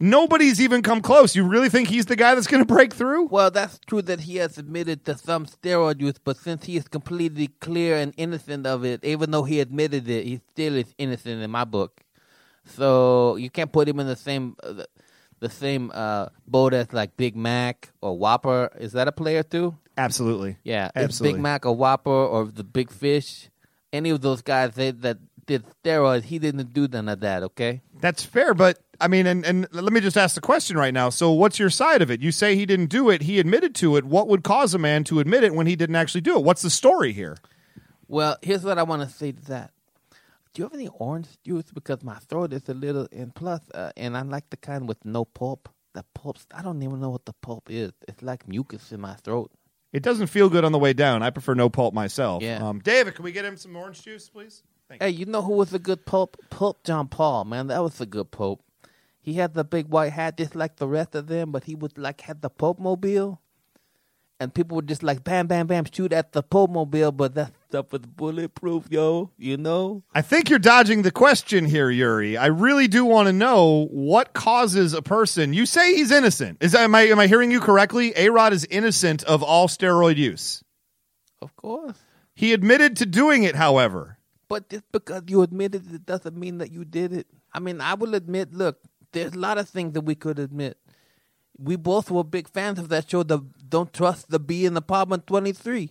S3: Nobody's even come close. You really think he's the guy that's going to break through?
S6: Well, that's true that he has admitted to some steroid use, but since he is completely clear and innocent of it, even though he admitted it, he still is innocent in my book. So you can't put him in the same uh, the- the same uh, boat as like Big Mac or Whopper. Is that a player too?
S3: Absolutely.
S6: Yeah, it's
S3: absolutely.
S6: Big Mac or Whopper or the Big Fish, any of those guys they, that did steroids, he didn't do none of that. Okay,
S3: That's fair, but I mean, and, and let me just ask the question right now. So, what's your side of it? You say he didn't do it, he admitted to it. What would cause a man to admit it when he didn't actually do it? What's the story here?
S6: well, here's what I want to say to that. Do you have any orange juice? Because my throat is a little, and plus, uh, and I like the kind with no pulp. The pulp's, I don't even know what the pulp is. It's like mucus in my throat.
S3: It doesn't feel good on the way down. I prefer no pulp myself.
S6: Yeah.
S3: Um, David, can we get him some orange juice, please? Thank
S6: Hey, you know who was a good pope? Pope John Paul, man. That was a good pope. He had the big white hat just like the rest of them, but he would like had the pope mobile. And people would just like bam, bam, bam, shoot at the pope mobile, but that stuff was bulletproof, yo. You know?
S3: I think you're dodging the question here, Yuri. I really do want to know what causes a person. You say he's innocent. Is that, am I am I hearing you correctly? A Rod is innocent of all steroid use.
S6: Of course.
S3: He admitted to doing it, however.
S6: But just because you admitted it doesn't mean that you did it. I mean, I will admit, look, there's a lot of things that we could admit. We both were big fans of that show, the Don't Trust the Bee in Apartment 23.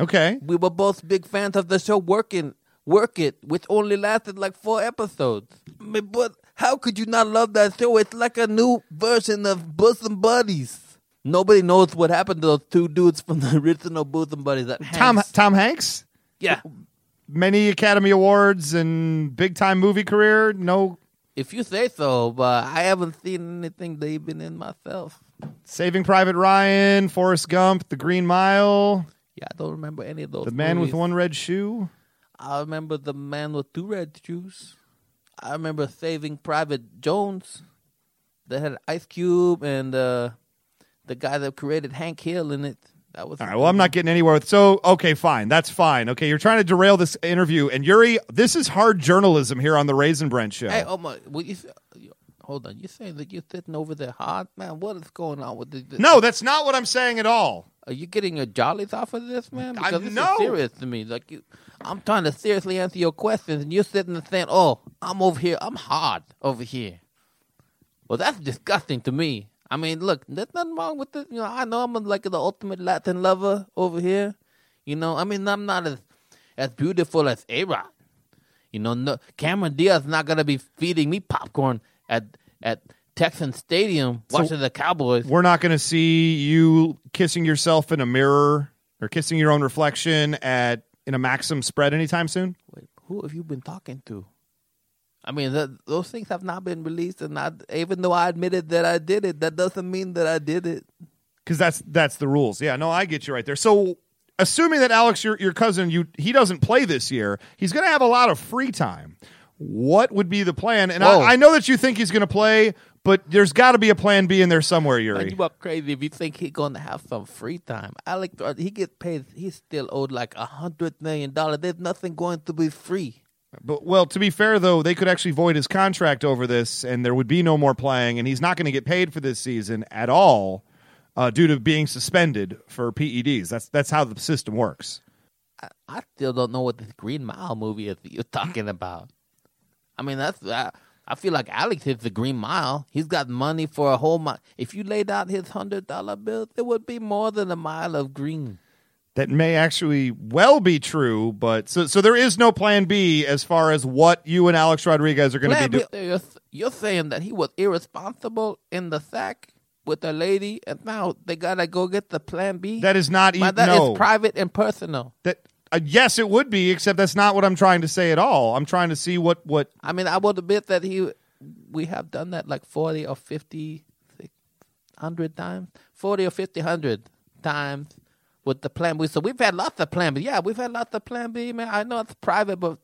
S3: Okay.
S6: We were both big fans of the show Working Work It, which only lasted like four episodes. I mean, but how could you not love that show? It's like a new version of Bosom Buddies. Nobody knows what happened to those two dudes from the original Bosom Buddies. That
S3: Tom
S6: Hanks-
S3: Tom Hanks,
S6: yeah.
S3: many Academy Awards and big time movie career. No
S6: If you say so, but I haven't seen anything they've been in myself.
S3: Saving Private Ryan, Forrest Gump, The Green Mile,
S6: Yeah, I don't remember any of those.
S3: The Man with
S6: movies.
S3: One Red Shoe.
S6: I remember the man with two red shoes. I remember Saving Private Jones. That had Ice Cube and uh, the guy that created Hank Hill in it. That was
S3: All right. Well, I'm not getting anywhere with. So, okay, fine. That's fine. Okay, you're trying to derail this interview, and Yuri, this is hard journalism here on the Raisin Brent show.
S6: Hey, oh my! Well, you s- you- hold on. You saying that you're sitting over there hard, man? What is going on with this?
S3: no, that's not what I'm saying at all.
S6: Are you getting your jollies off of this, man?
S3: I-
S6: Because this
S3: no.
S6: is serious to me. Like you, I'm trying to seriously answer your questions, and you're sitting there saying, "Oh, I'm over here. I'm hard over here." Well, that's disgusting to me. I mean, look, there's nothing wrong with it. You know, I know I'm like the ultimate Latin lover over here. You know, I mean, I'm not as as beautiful as A Rod. You know, no, Cameron Diaz not gonna be feeding me popcorn at at Texan Stadium watching the Cowboys.
S3: We're not going to see you kissing yourself in a mirror or kissing your own reflection at in a Maxim spread anytime soon.
S6: Wait, who have you been talking to? I mean, th those things have not been released, and I, even though I admitted that I did it, that doesn't mean that I did it.
S3: because that's that's the rules. Yeah, no, I get you right there. So, assuming that Alex, your your cousin, you he doesn't play this year, he's going to have a lot of free time. What would be the plan? And
S6: Whoa.
S3: I, I know that you think he's going to play, but there's got to be a plan B in there somewhere,
S6: Like,
S3: Yuri.
S6: you up crazy if you think he going to have some free time. Alec, uh, he gets paid. He's still owed like a hundred million dollars. There's nothing going to be free.
S3: But well, to be fair though, they could actually void his contract over this, and there would be no more playing, and he's not going to get paid for this season at all uh, due to being suspended for PEDs. That's that's how the system works.
S6: I still don't know what this Green Mile movie is that you're talking about. I mean, that's I, I feel like Alex hits the Green Mile. He's got money for a whole mile. If you laid out his hundred dollar bill, there would be more than a mile of green.
S3: that may actually well be true, but so so there is no plan B as far as what you and Alex Rodriguez are going to be
S6: Plan B-
S3: doing.
S6: you're, you're saying that he was irresponsible in the sack with a lady, and now they gotta go get the plan B.
S3: That is not e-
S6: My, that is
S3: no.
S6: private and personal.
S3: That uh, yes, it would be, except that's not what I'm trying to say at all. I'm trying to see what what
S6: I mean, I would admit that he, we have done that like forty or fifty, hundred times, forty or fifty hundred times with the plan B. So we've had lots of plan B. Yeah, we've had lots of plan B, man. I know it's private, but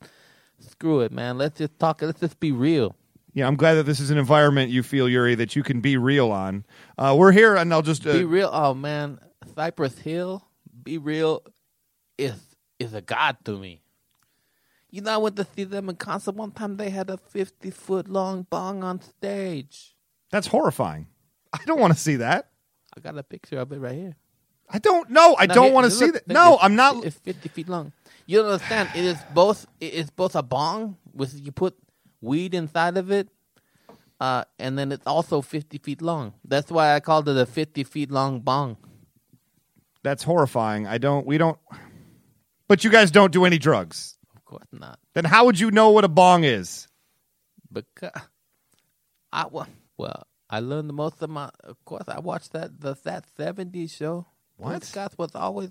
S6: screw it, man. Let's just talk. Let's just be real.
S3: yeah. I'm glad that this is an environment you feel, Yuri, that you can be real on. Uh, we're here, and I'll just uh,
S6: Be real, oh man, Cypress Hill. Be real, is is a god to me. You know, I went to see them in concert one time. They had a fifty foot long bong on stage.
S3: that's horrifying. I don't want to see that.
S6: I got a picture of it right here.
S3: I don't know. I
S6: Now,
S3: don't
S6: here-
S3: want to
S6: look,
S3: see that.
S6: look,
S3: No,
S6: it's-
S3: I'm not.
S6: It's fifty feet long. You don't understand? It is both. It is both a bong with you put weed inside of it, uh, and then it's also fifty feet long. That's why I called it a fifty feet long bong.
S3: That's horrifying. I don't. We don't. But you guys don't do any drugs.
S6: Of course not.
S3: Then how would you know what a bong is?
S6: because I wa- well, I learned the most of my. Of course, I watched that the that seventies show.
S3: What?
S6: Scott was always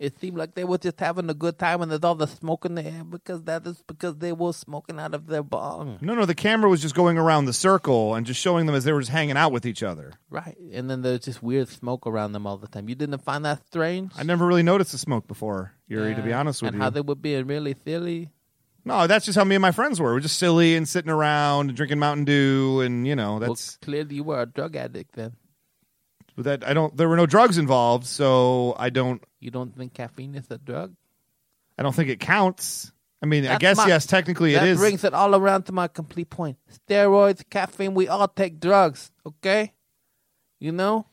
S6: It seemed like they were just having a good time, and there's all the smoke in the air because that is because they were smoking out of their bong.
S3: No, no, the camera was just going around the circle and just showing them as they were just hanging out with each other.
S6: Right. And then there's just weird smoke around them all the time. You didn't find that strange?
S3: I never really noticed the smoke before, Yuri, to be honest with
S6: and
S3: you.
S6: how they were being really silly.
S3: no, that's just how me and my friends were. We're just silly and sitting around and drinking Mountain Dew and you know,
S6: Well,
S3: that's
S6: clearly you were a drug addict then.
S3: that I don't there were no drugs involved, so I don't
S6: You don't think caffeine is a drug?
S3: I don't think it counts. I mean, I
S6: That's
S3: guess
S6: my-
S3: yes, technically
S6: that
S3: it is.
S6: brings it all around to my complete point. Steroids, caffeine, we all take drugs, okay? You know?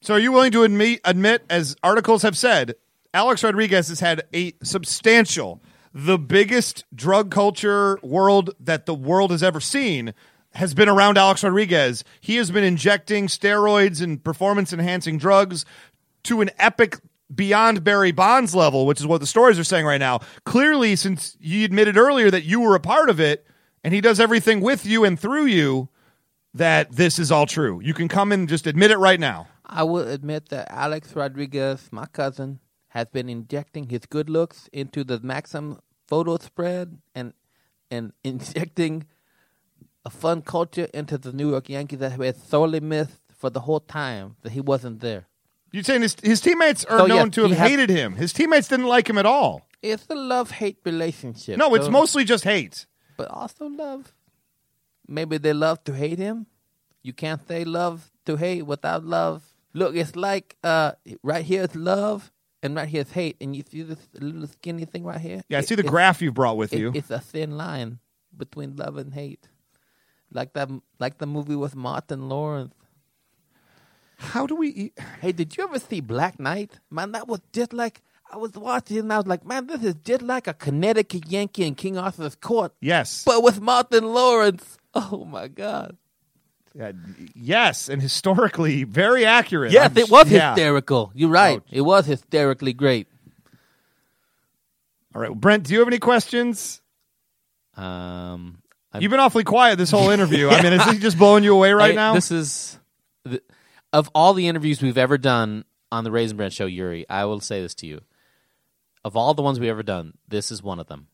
S3: So are you willing to admit, admit, as articles have said, Alex Rodriguez has had a substantial, the biggest drug culture world that the world has ever seen has been around Alex Rodriguez. He has been injecting steroids and performance enhancing drugs to an epic beyond Barry Bonds level, which is what the stories are saying right now. Clearly, since you admitted earlier that you were a part of it and he does everything with you and through you, that this is all true. You can come and just admit it right now.
S6: I will admit that Alex Rodriguez, my cousin, has been injecting his good looks into the Maxim photo spread and and injecting a fun culture into the New York Yankees that we had sorely missed for the whole time that he wasn't there.
S3: You're saying his, his teammates are
S6: So,
S3: known
S6: yes,
S3: to have
S6: Oh, he has-
S3: hated him. His teammates didn't like him at all.
S6: It's a love hate relationship.
S3: No, it's
S6: so-
S3: mostly just hate.
S6: but also love. Maybe they love to hate him. You can't say love to hate without love. Look, it's like uh, right here is love, and right here is hate. And you see this little skinny thing right here?
S3: Yeah, I
S6: It-
S3: see the
S6: it's-
S3: graph you brought with
S6: it-
S3: you.
S6: It's a thin line between love and hate, like that, like the movie with Martin Lawrence.
S3: How do we? e-, Eat?
S6: Hey, did you ever see Black Knight? Man, that was just like I was watching. and I was like, man, this is just like a Connecticut Yankee in King Arthur's court,
S3: Yes,
S6: but with Martin Lawrence. Oh my God.
S3: Uh, yes, and historically very accurate.
S6: Yes,
S3: I'm-
S6: it was
S3: yeah. Oh,
S6: hysterical. You're right. It was hysterically great.
S3: All right, Brent, do you have any questions?
S6: Um, I'm-
S3: You've been awfully quiet this whole interview. I mean, is he just blowing you away right
S6: I-
S3: now?
S6: This is the, of all the interviews we've ever done on the Raisin Brand Show, Yuri. I will say this to you: of all the ones we've ever done, this is one of them.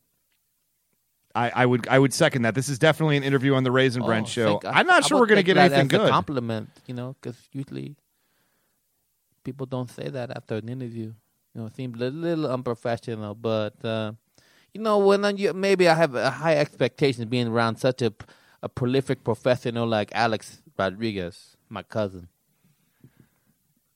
S3: I, I would, I would second that. This is definitely an interview on the Raisin Brent
S6: Oh,
S3: show.
S6: thank- I-
S3: I'm not
S6: I
S3: sure
S6: would
S3: we're going to
S6: take
S3: get
S6: that
S3: anything
S6: as
S3: good.
S6: A compliment, you know, because usually people don't say that after an interview. You know, it seems a little unprofessional, but uh, you know, when I, you, maybe I have a high expectations being around such a, a prolific professional like Alex Rodriguez, my cousin.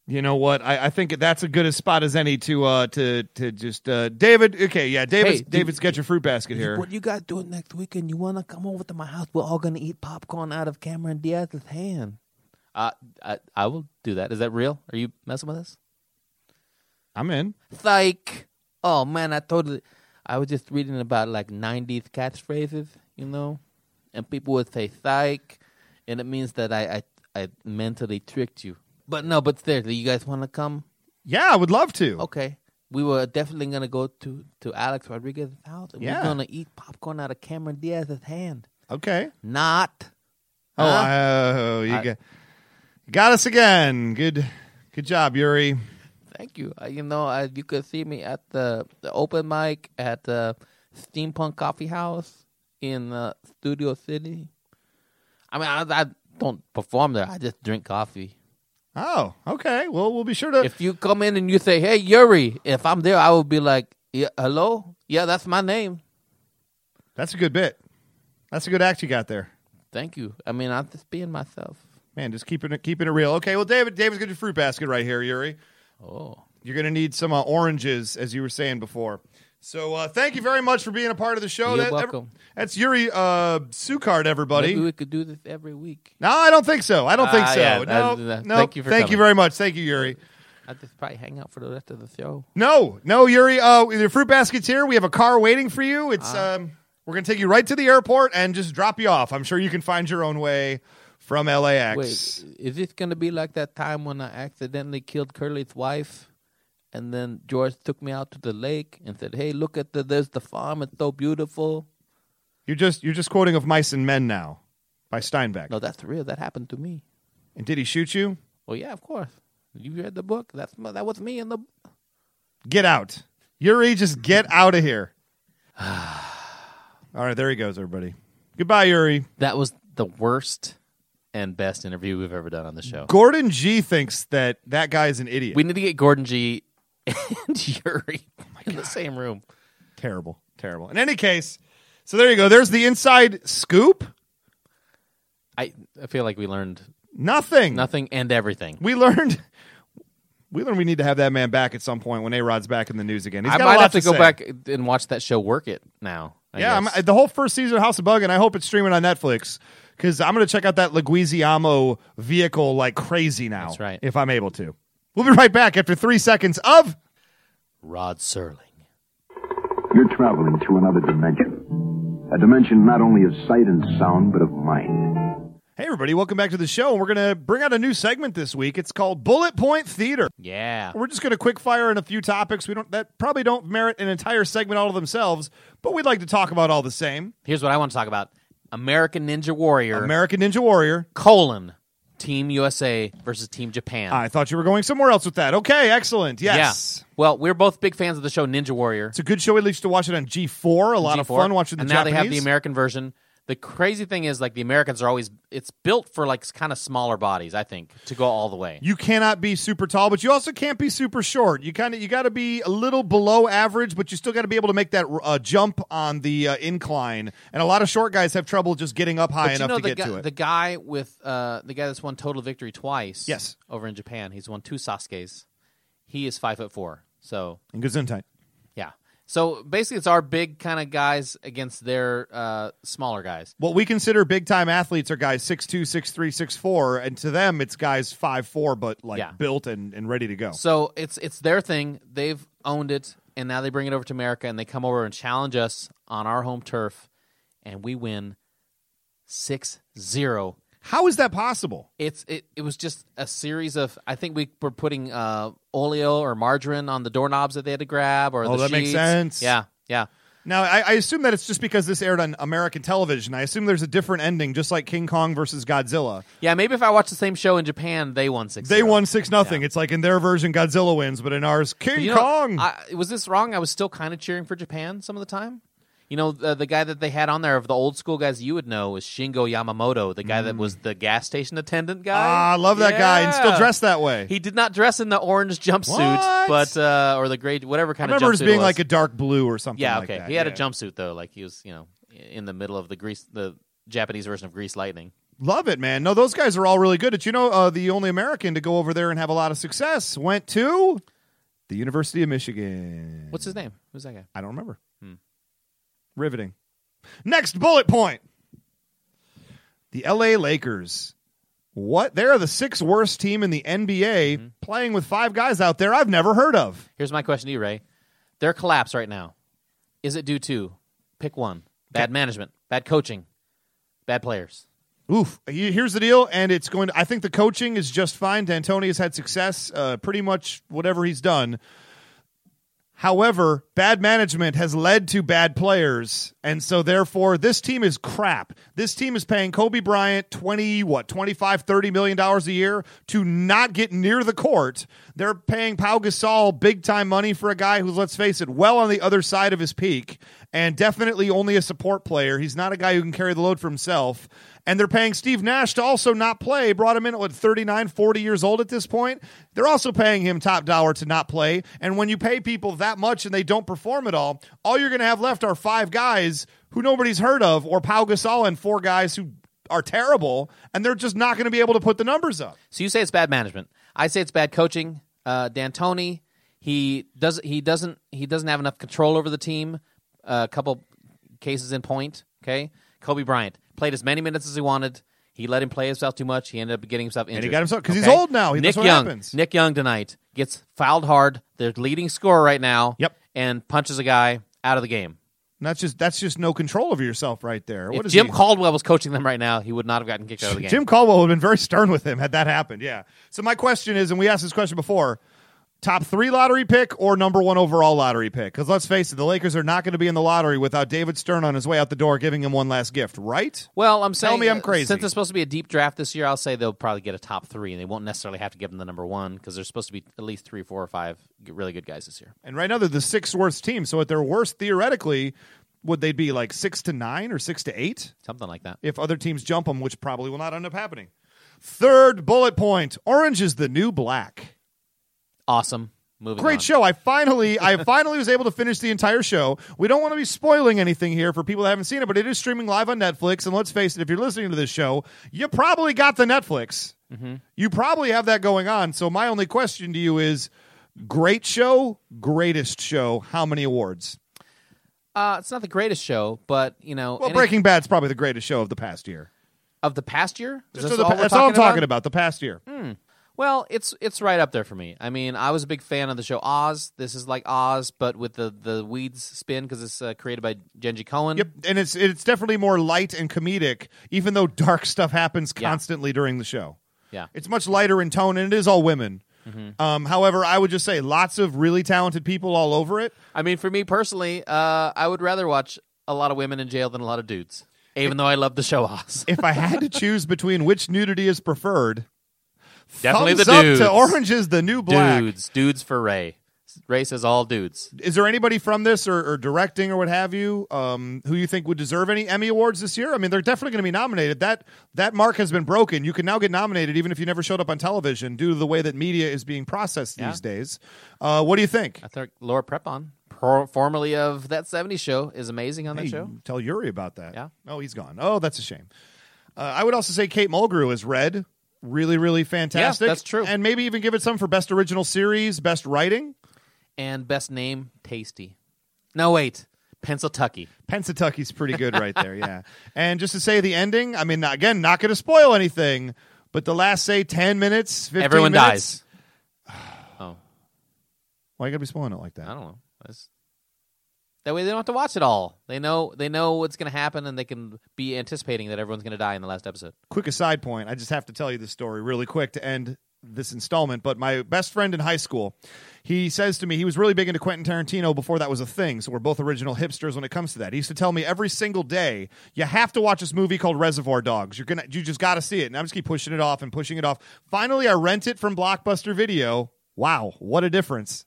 S3: You know what? I, I think that's a good a spot as any to uh to to just uh David. Okay, yeah, David.
S6: Hey,
S3: David's got your fruit basket here.
S6: What you guys doing next weekend? You wanna come over to my house? We're all gonna eat popcorn out of Cameron Diaz's hand. Uh, I I will do that. Is that real? Are you messing with us?
S3: I'm in.
S6: Psych. Oh man, I totally. I was just reading about like '90s catchphrases, you know, and people would say "psych," and it means that I I, I mentally tricked you. But no, but seriously, you guys want to come?
S3: Yeah, I would love to.
S6: Okay, we were definitely gonna go to to Alex Rodriguez's house, and
S3: Yeah.
S6: we're gonna eat popcorn out of Cameron Diaz's hand.
S3: Okay.
S6: Not.
S3: Oh,
S6: Huh?
S3: oh, you
S6: Uh-huh. I-
S3: got, got us again. Good, good job, Yuri.
S6: Thank you. Uh, you know, uh, you could see me at the, the open mic at the Steampunk Coffee House in uh, Studio City. I mean, I, I don't perform there. I just drink coffee.
S3: Oh, okay. Well, we'll be sure to.
S6: If you come in and you say, "Hey, Yuri," if I'm there, I will be like, yeah, "Hello, yeah, that's my name."
S3: that's a good bit. That's a good act you got there,
S6: Thank you. I mean, I'm just being myself.
S3: man. Just keeping it keeping it real. Okay. Well, David, David's got your fruit basket right here, Yuri.
S6: Oh,
S3: You're gonna need some uh, oranges, as you were saying before. So, uh, thank you very much for being a part of the show.
S6: You're
S3: ev-
S6: welcome.
S3: that's Yuri uh, Sukard, everybody.
S6: maybe we could do this every week.
S3: no, I don't think so. I don't think
S6: Ah,
S3: so.
S6: yeah,
S3: no,
S6: I- uh,
S3: no.
S6: thank you for
S3: thank you
S6: coming.
S3: very much. Thank you, Yuri.
S6: I just probably hang out for the rest of the show.
S3: No, no, Yuri. Uh, your fruit basket's here. We have a car waiting for you. It's
S6: Ah.
S3: um, we're gonna take you right to the airport and just drop you off. I'm sure you can find your own way from LAX.
S6: Wait, is this going to be like that time when I accidentally killed Curly's wife? And then George took me out to the lake and said, "Hey, look at the there's the farm. It's so beautiful."
S3: You're just you're just quoting of mice and men now by Steinbeck.
S6: No, that's real. That happened to me.
S3: And did he shoot you?
S6: Oh yeah, of course. You read the book. That's my, that was me in the.
S3: Get out. Yuri, just get out of here. All right, there he goes, everybody. Goodbye, Yuri.
S2: That was the worst and best interview we've ever done on the show.
S3: Gordon G thinks that that guy is an idiot.
S2: We need to get Gordon G and Yuri in the same room.
S3: terrible, terrible. In any case, so there you go. There's the inside scoop.
S2: I, I feel like we learned
S3: Nothing.
S2: nothing and everything.
S3: We learned. We learned we need to have that man back at some point when A Rod's back in the news again. He's
S2: I
S3: got a
S2: might have
S3: lot
S2: to, go
S3: say.
S2: back and watch that show Work It now. I
S3: yeah, I'm, uh,
S2: guess.
S3: the whole first season of House of Bug, and I hope it's streaming on Netflix because I'm going to check out that Leguizamo vehicle like crazy now.
S2: That's right.
S3: If I'm able to. We'll be right back after three seconds of.
S2: Rod Serling.
S7: You're traveling through another dimension. A dimension not only of sight and sound, but of mind.
S3: Hey, everybody, welcome back to the show. And we're going to bring out a new segment this week. It's called Bullet Point Theater.
S2: Yeah.
S3: We're just going to quick fire on a few topics we don't that probably don't merit an entire segment all to themselves, but we'd like to talk about all the same.
S2: Here's what I want to talk about: American Ninja Warrior
S3: American Ninja Warrior.
S2: colon Team USA versus Team Japan.
S3: I thought you were going somewhere else with that. Okay, excellent. Ah, Yes.
S2: Yeah. Well, we're both big fans of the show Ninja Warrior.
S3: It's a good show. We used to watch it on G4. A lot of
S2: G4.
S3: fun watching the
S2: and now
S3: Japanese.
S2: they have the American version. The crazy thing is, like the Americans are always. It's built for like kind of smaller bodies, I think, to go all the way.
S3: you cannot be super tall, but you also can't be super short. You kind of you got to be a little below average, but you still got to be able to make that uh, jump on the uh, incline. And a lot of short guys have trouble just getting up high
S2: But you
S3: enough
S2: know
S3: to
S2: the
S3: get
S2: guy,
S3: to it.
S2: the guy with uh, the guy that's won total victory twice.
S3: Yes.
S2: over in Japan, he's won two Sasuke's. He is five foot four. So
S3: and Gesundheit.
S2: yeah. So basically, it's our big kind of guys against their uh, smaller guys.
S3: What we consider big time athletes are guys 6'2", 6'3", 6'4", and to them it's guys 5'4", but like
S2: Yeah.
S3: built and, and ready to go.
S2: So it's it's their thing. They've owned it, and now they bring it over to America, and they come over and challenge us on our home turf, and we win 6-0.
S3: How is that possible?
S2: It's it, it was just a series of I think we were putting uh, oleo or margarine on the doorknobs that they had to grab or
S3: Oh,
S2: the
S3: that makes
S2: sheets.
S3: sense.
S2: Yeah, yeah.
S3: Now I, I assume that it's just because this aired on American television. I assume there's a different ending, just like King Kong versus Godzilla.
S2: Yeah, maybe if I watched the same show in Japan, they won 6
S3: They won six nothing. It's like in their version Godzilla wins, but in ours King
S2: You know,
S3: Kong.
S2: I, was this wrong? I was still kind of cheering for Japan some of the time. You know, the, the guy that they had on there of the old school guys you would know is Shingo Yamamoto, the guy that was
S6: Mm.
S2: the gas station attendant guy.
S3: ah, I love that guy and still
S2: Yeah.
S3: dressed that way.
S2: He did not dress in the orange jumpsuit,
S3: What?
S2: but uh, or the gray whatever
S3: I
S2: kind of
S3: remember
S2: jumpsuit
S3: it being
S2: it was.
S3: like a dark blue or something.
S2: yeah,
S3: like
S2: okay.
S3: that.
S2: he had
S3: Yeah.
S2: a jumpsuit though, like he was you know in the middle of the grease the Japanese version of Grease Lightning.
S3: Love it, man. No, those guys are all really good. Did you know uh, the only American to go over there and have a lot of success went to the University of Michigan?
S2: What's his name? Who's that guy?
S3: I don't remember. Riveting. Next bullet point. The LA Lakers. What? They are the sixth worst team in the NBA playing with five guys out there I've never heard of.
S2: Here's my question to you, Ray. Their collapse right now. Is it due to pick one? Bad management, bad coaching, bad players.
S3: Oof. He- Here's the deal, and it's going to. I think the coaching is just fine. D'Antoni has had success, uh, pretty much whatever he's done. However, bad management has led to bad players, and so therefore this team is crap. This team is paying Kobe Bryant 20 what, 25 30 million dollars a year to not get near the court. They're paying Pau Gasol big time money for a guy who's let's face it, well on the other side of his peak and definitely only a support player. He's not a guy who can carry the load for himself. And they're paying Steve Nash to also not play. Brought him in at what, 39, 40 years old at this point. They're also paying him top dollar to not play. And when you pay people that much and they don't perform at all, all you're going to have left are five guys who nobody's heard of or Pau Gasol and four guys who are terrible. And they're just not going to be able to put the numbers up.
S2: So you say it's bad management. I say it's bad coaching. Uh, D'Antoni, he does he doesn't he doesn't have enough control over the team. A couple cases in point. Okay, Kobe Bryant played as many minutes as he wanted. He let him play himself too much. He ended up getting himself injured.
S3: he got himself- 'cause he's old now. He-
S2: Nick
S3: that's what
S2: Young.
S3: happens.
S2: Nick Young tonight gets fouled hard. Their leading scorer right now.
S3: Yep.
S2: And punches a guy out of the game.
S3: And that's just that's just no control over yourself right there. What
S2: if
S3: is
S2: Jim
S3: he?
S2: Caldwell was coaching them right now, he would not have gotten kicked out of the game.
S3: Jim Caldwell would have been very stern with him had that happened. Yeah. So my question is, and we asked this question before: top three lottery pick or number one overall lottery pick. Because let's face it, the Lakers are not going to be in the lottery without David Stern on his way out the door giving him one last gift, right?
S2: Well, I'm saying
S3: me I'm
S2: uh,
S3: crazy.
S2: Since it's supposed to be a deep draft this year, I'll say they'll probably get a top three, and they won't necessarily have to give them the number one because there's supposed to be at least three, four, or five g- really good guys this year.
S3: And right now they're the sixth worst team. So at their worst, theoretically, would they be like six to nine or six to eight
S2: Something like that.
S3: if other teams jump them, which probably will not end up happening? Third bullet point: Orange is the new black.
S2: Awesome. Moving.
S3: Great
S2: on.
S3: show. I finally I finally was able to finish the entire show. We don't want to be spoiling anything here for people that haven't seen it, but it is streaming live on Netflix. And let's face it, if you're listening to this show, you probably got the Netflix.
S2: Mm-hmm.
S3: You probably have that going on. So my only question to you is great show, greatest show, how many awards?
S2: Uh, it's not the greatest show, but you know,
S3: Well,
S2: any-
S3: Breaking Bad's probably the greatest show of the past year.
S2: of the past year. Is
S3: Just
S2: this
S3: of the
S2: all
S3: pa-
S2: we're
S3: that's all I'm talking about, the past year.
S2: Well, it's it's right up there for me. I mean, I was a big fan of the show Oz. This is like Oz, but with the the weeds spin because it's uh, created by Genji Cohen.
S3: Yep, and it's it's definitely more light and comedic, even though dark stuff happens constantly during the show.
S2: Yeah. Mm-hmm.
S3: It's much lighter in tone, and it is all women. Um, however, I would just say lots of really talented people all over it.
S2: I mean, for me personally, uh, I would rather watch a lot of women in jail than a lot of dudes, even though I love the show Oz.
S3: If I had to choose between which nudity is preferred,
S2: Definitely
S3: thumbs
S2: the
S3: up
S2: dudes.
S3: to Orange is the New Black.
S2: Dudes, dudes for Ray. Ray says all dudes.
S3: Is there anybody from this or, or directing or what have you um, who you think would deserve any Emmy awards this year? I mean, they're definitely going to be nominated. That that mark has been broken. You can now get nominated even if you never showed up on television due to the way that media is being processed
S2: Yeah.
S3: these days. Uh, what do you think?
S2: I think Laura Prepon, pro- formerly of that '70s show, is amazing on that
S3: Hey,
S2: show.
S3: Tell Yuri about that.
S2: Yeah.
S3: Oh, he's gone. Oh, that's a shame. Uh, I would also say Kate Mulgrew is red. Really, really fantastic.
S2: that's true.
S3: And maybe even give it some for best original series, best writing.
S2: And best name, Tasty. No, wait, Pennsyltucky.
S3: Pensatucky's pretty good right there, yeah. And just to say the ending, I mean, again, not going to spoil anything, but the last say ten minutes, 15
S2: Everyone
S3: minutes-
S2: dies. Oh,
S3: Why you got to be spoiling it like that?
S2: I don't know. That's- that way they don't have to watch it all. They know they know what's going to happen, and they can be anticipating that everyone's going to die in the last episode.
S3: quick aside point i just have to tell you this story really quick to end this installment but my best friend in high school he says to me he was really big into quentin tarantino before that was a thing so we're both original hipsters when it comes to that he used to tell me every single day you have to watch this movie called reservoir dogs you're gonna you just gotta see it and i just keep pushing it off and pushing it off finally i rent it from blockbuster video wow what a difference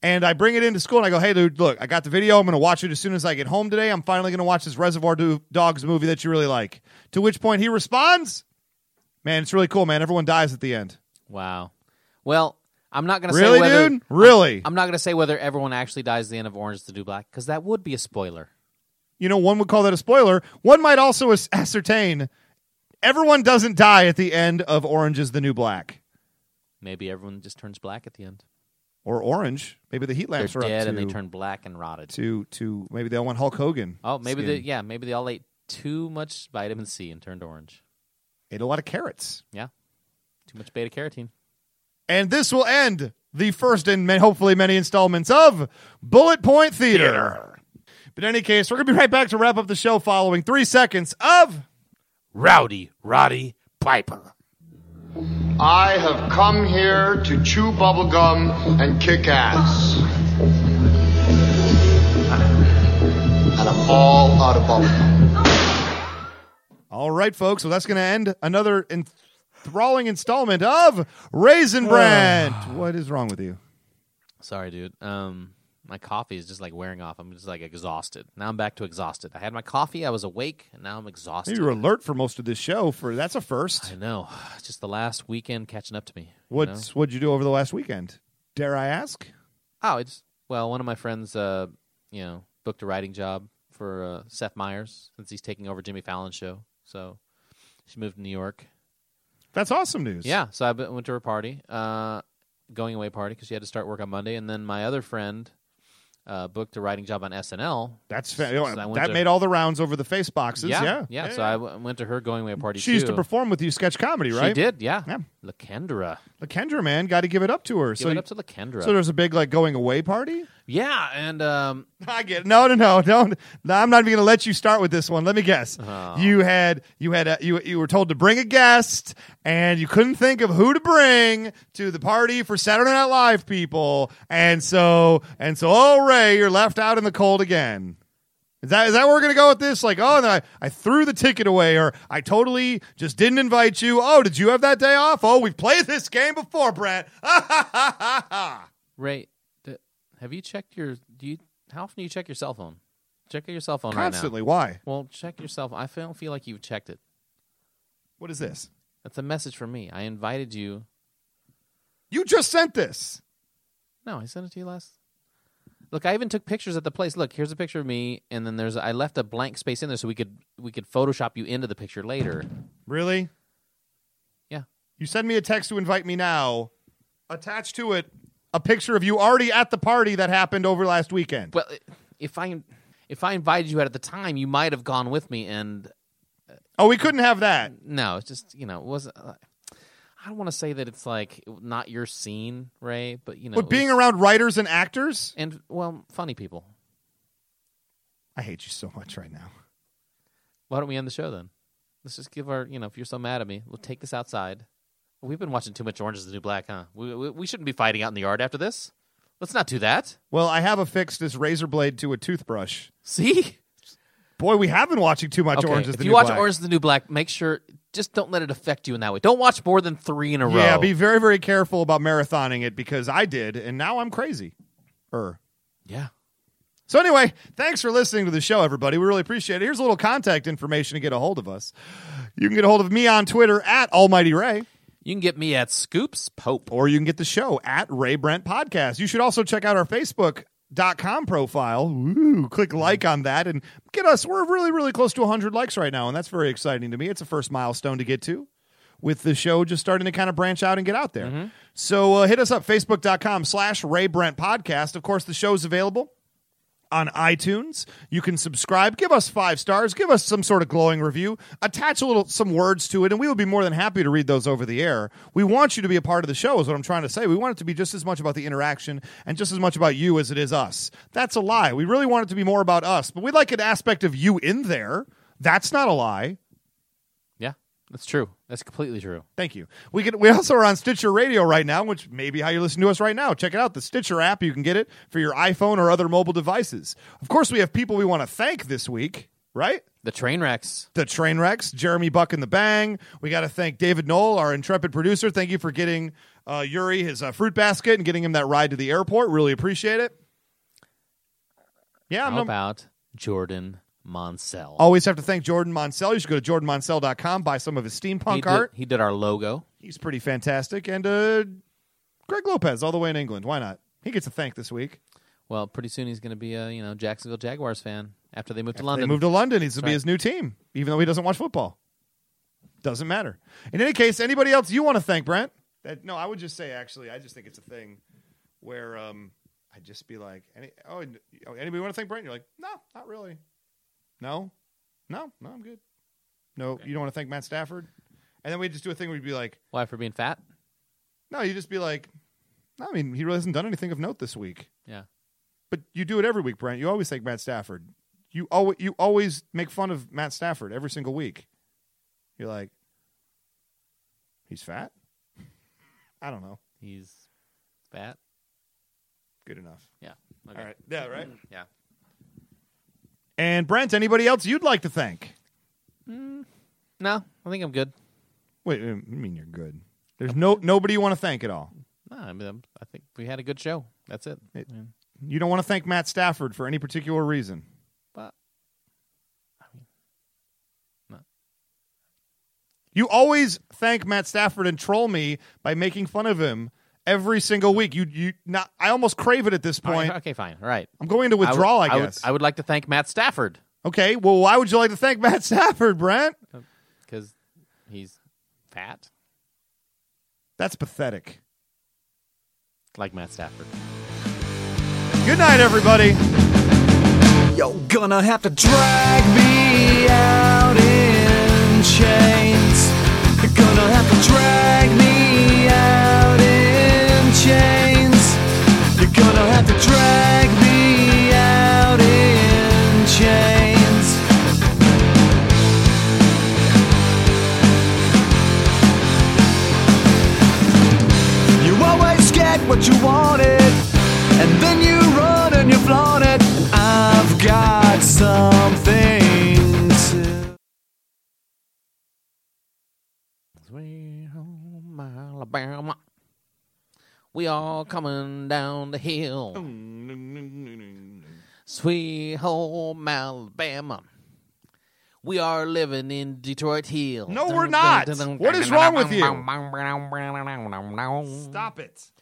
S3: and I bring it into school and I go, hey, dude, look, I got the video. I'm going to watch it as soon as I get home today. I'm finally going to watch this Reservoir Do- Dogs movie that you really like. To which point he responds, man, it's really cool, man. Everyone dies at the end.
S2: Wow. Well, I'm not going to
S3: Really,
S2: say whether
S3: dude? Really?
S2: I'm not going to say whether everyone actually dies at the end of Orange is the New Black because that would be a spoiler.
S3: you know, one would call that a spoiler. One might also as- ascertain everyone doesn't die at the end of Orange is the New Black
S2: Maybe everyone just turns black at the end.
S3: or Orange. Maybe the heat
S2: They're
S3: lamps are up
S2: dead
S3: to,
S2: and they turn black and rotted.
S3: to, to maybe they all want Hulk Hogan.
S2: Oh, maybe
S3: skin.
S2: they yeah, maybe they all ate too much vitamin C and turned orange.
S3: ate a lot of carrots.
S2: Yeah. Too much beta carotene.
S3: And this will end the first and ma- hopefully many installments of Bullet Point Theater. But in any case, we're going to be right back to wrap up the show following three seconds of.
S1: Rowdy Roddy Piper.
S8: I have come here to chew bubblegum and kick ass. And I'm all out of bubblegum.
S3: All right, folks. Well, that's going to end another enthralling installment of Raisin Brand. what is wrong with you?
S2: Sorry, dude. Um, my coffee is just like wearing off. I'm just like exhausted. Now I'm back to exhausted. I had my coffee. I was awake, and now I'm exhausted.
S3: Maybe you were alert for most of this show. For that's a first.
S2: I know. It's Just the last weekend catching up to me. you know?
S3: What's what'd you do over the last weekend? Dare I ask?
S2: Oh, it's well, one of my friends, uh, you know, booked a writing job for uh, Seth Meyers since he's taking over Jimmy Fallon's show. So she moved to New York.
S3: That's awesome news.
S2: Yeah, so I went to her party, uh, going away party because she had to start work on Monday, and then my other friend uh, booked a writing job on SNL.
S3: that's fa-
S2: So I went
S3: that
S2: to-
S3: made all the rounds over the face boxes. Yeah,
S2: yeah. So I w- went to her going away party.
S3: she used to
S2: too.
S3: perform with you sketch comedy, right?
S2: She did, yeah.
S3: Yeah.
S2: Lakendra.
S3: Lakendra, man, got to give it up to her.
S2: Give
S3: so,
S2: it up to Lakendra.
S3: so there's a big like going away party.
S2: Yeah, and um,
S3: I get no, no, no, don't. No, I'm not even going to let you start with this one. Let me guess. You had you had a, you you were told to bring a guest, and you couldn't think of who to bring to the party for Saturday Night Live people, and so and so. Oh, Ray, you're left out in the cold again. Is that is that where we're gonna go with this? Like, oh, and I I threw the ticket away, or I totally just didn't invite you. Oh, did you have that day off? Oh, we've played this game before, Brett.
S2: Ray, d- have you checked your? Do you? How often do you check your cell phone? Check your cell phone
S3: Constantly.
S2: Right
S3: Why?
S2: now. Well, check your cell phone. I fe- don't feel like you've checked it.
S3: What is this?
S2: That's a message from me. I invited you.
S3: You just sent this.
S2: No, I sent it to you last. Look, I even took pictures at the place. Look, here's a picture of me, and then there's I left a blank space in there so we could we could Photoshop you into the picture later.
S3: Really?
S2: Yeah.
S3: You send me a text to invite me now. Attached to it, a picture of you already at the party that happened over last weekend.
S2: Well, if I if I invited you out at the time, you might have gone with me, and
S3: oh, we couldn't have that.
S2: no, it's just you know it wasn't. Uh, I don't want to say that it's like not your scene, Ray, but you know,
S3: But
S2: it
S3: being
S2: was-
S3: around writers and actors,
S2: and well, funny people.
S3: I hate you so much right now.
S2: Why don't we end the show then? Let's just give our you know if you're so mad at me, we'll take this outside. We've been watching too much Orange Is the New Black, huh? We we, we shouldn't be fighting out in the yard after this. Let's not do that.
S3: Well, I have affixed this razor blade to a toothbrush.
S2: See?
S3: Boy, we have been watching too much
S2: Okay.
S3: Orange is
S2: if
S3: the
S2: you
S3: New
S2: watch
S3: Black.
S2: Orange is the New Black, make sure just don't let it affect you in that way. Don't watch more than three in a row.
S3: yeah, be very, very careful about marathoning it because I did, and now I'm crazy. Er.
S2: yeah.
S3: So anyway, thanks for listening to the show, everybody. We really appreciate it. Here's a little contact information to get a hold of us. You can get a hold of me on Twitter at Almighty Ray,
S2: You can get me at Scoops Pope.
S3: or you can get the show at Ray Brent Podcast. You should also check out our Facebook. Dot com profile. Ooh, click like on that and get us. We're really, really close to 100 likes right now, and that's very exciting to me. It's a first milestone to get to with the show just starting to kind of branch out and get out there. So uh, hit us up, facebook.com slash Ray Brent Podcast. Of course, the show's available on iTunes. You can subscribe, give us five stars, give us some sort of glowing review, attach a little some words to it, and we would be more than happy to read those over the air. We want you to be a part of the show, is what I'm trying to say. We want it to be just as much about the interaction and just as much about you as it is us. That's a lie. We really want it to be more about us, but we'd like an aspect of you in there. That's not a lie.
S2: Yeah, that's true. That's completely true.
S3: Thank you. We can. We also are on Stitcher Radio right now, which may be how you're listening to us right now. Check it out, the Stitcher app. You can get it for your iPhone or other mobile devices. Of course, we have people we want to thank this week, right?
S2: The train wrecks.
S3: The train wrecks, Jeremy Buck and the Bang. We got to thank David Knoll, our intrepid producer. Thank you for getting uh, Yuri his uh, fruit basket and getting him that ride to the airport. Really appreciate it. Yeah, I'm
S2: How
S3: Oh, num-
S2: about Jordan Monsell?
S3: always have to thank Jordan Monsell. You should go to jordanmonsell.com, buy some of his steampunk
S2: he did,
S3: art.
S2: He did our logo.
S3: He's pretty fantastic. And uh, Greg Lopez, all the way in England. Why not? He gets a thank this week.
S2: Well, pretty soon he's going to be a you know Jacksonville Jaguars fan after they move to London.
S3: They moved to London. He's to be
S2: right.
S3: his new team, even though he doesn't watch football. Doesn't matter. In any case, anybody else you want to thank, Brent? That, no, I would just say actually, I just think it's a thing where um, I'd just be like, any, oh, and- oh, anybody want to thank Brent? You're like, no, not really. No, no, no, I'm good. No, you don't want to thank Matt Stafford. And then we just do a thing where you'd be like,
S2: Why for being fat?
S3: No, you just be like, I mean, he really hasn't done anything of note this week.
S2: Yeah.
S3: But you do it every week, Brent. You always thank Matt Stafford. You always you always make fun of Matt Stafford every single week. You're like, he's fat. I don't know.
S2: He's fat.
S3: Good enough.
S2: Yeah. Okay. Mm-hmm.
S3: All right. Yeah. Right.
S2: Yeah.
S3: And Brent, anybody else you'd like to thank?
S2: No, I think I'm good.
S3: Wait, I mean you're good. There's no nobody you want to thank at all.
S2: No, I mean I'm- I think we had a good show. That's it.
S3: It- You don't want to thank Matt Stafford for any particular reason.
S2: But
S3: You always thank Matt Stafford and troll me by making fun of him every single week. You you not I almost crave it at this
S2: All right,
S3: point.
S2: okay, fine. All right.
S3: I'm going to withdraw, I,
S2: would,
S3: guess.
S2: I would, I would like to thank Matt Stafford
S3: okay, well why would you like to thank Matt Stafford, Brent?
S2: because he's fat,
S3: That's pathetic.
S2: like Matt Stafford.
S3: Good night everybody.
S1: You're gonna have to drag me out in chains. You're gonna have to drag me out in chains. You're gonna have to drag me what you wanted, and then you run and you flaunt it. And I've got something to.
S2: Sweet home Alabama. We all coming down the hill. Sweet home Alabama. We are living in Detroit Hill.
S3: No, we're not. What is wrong with you?
S2: you?
S3: Stop it.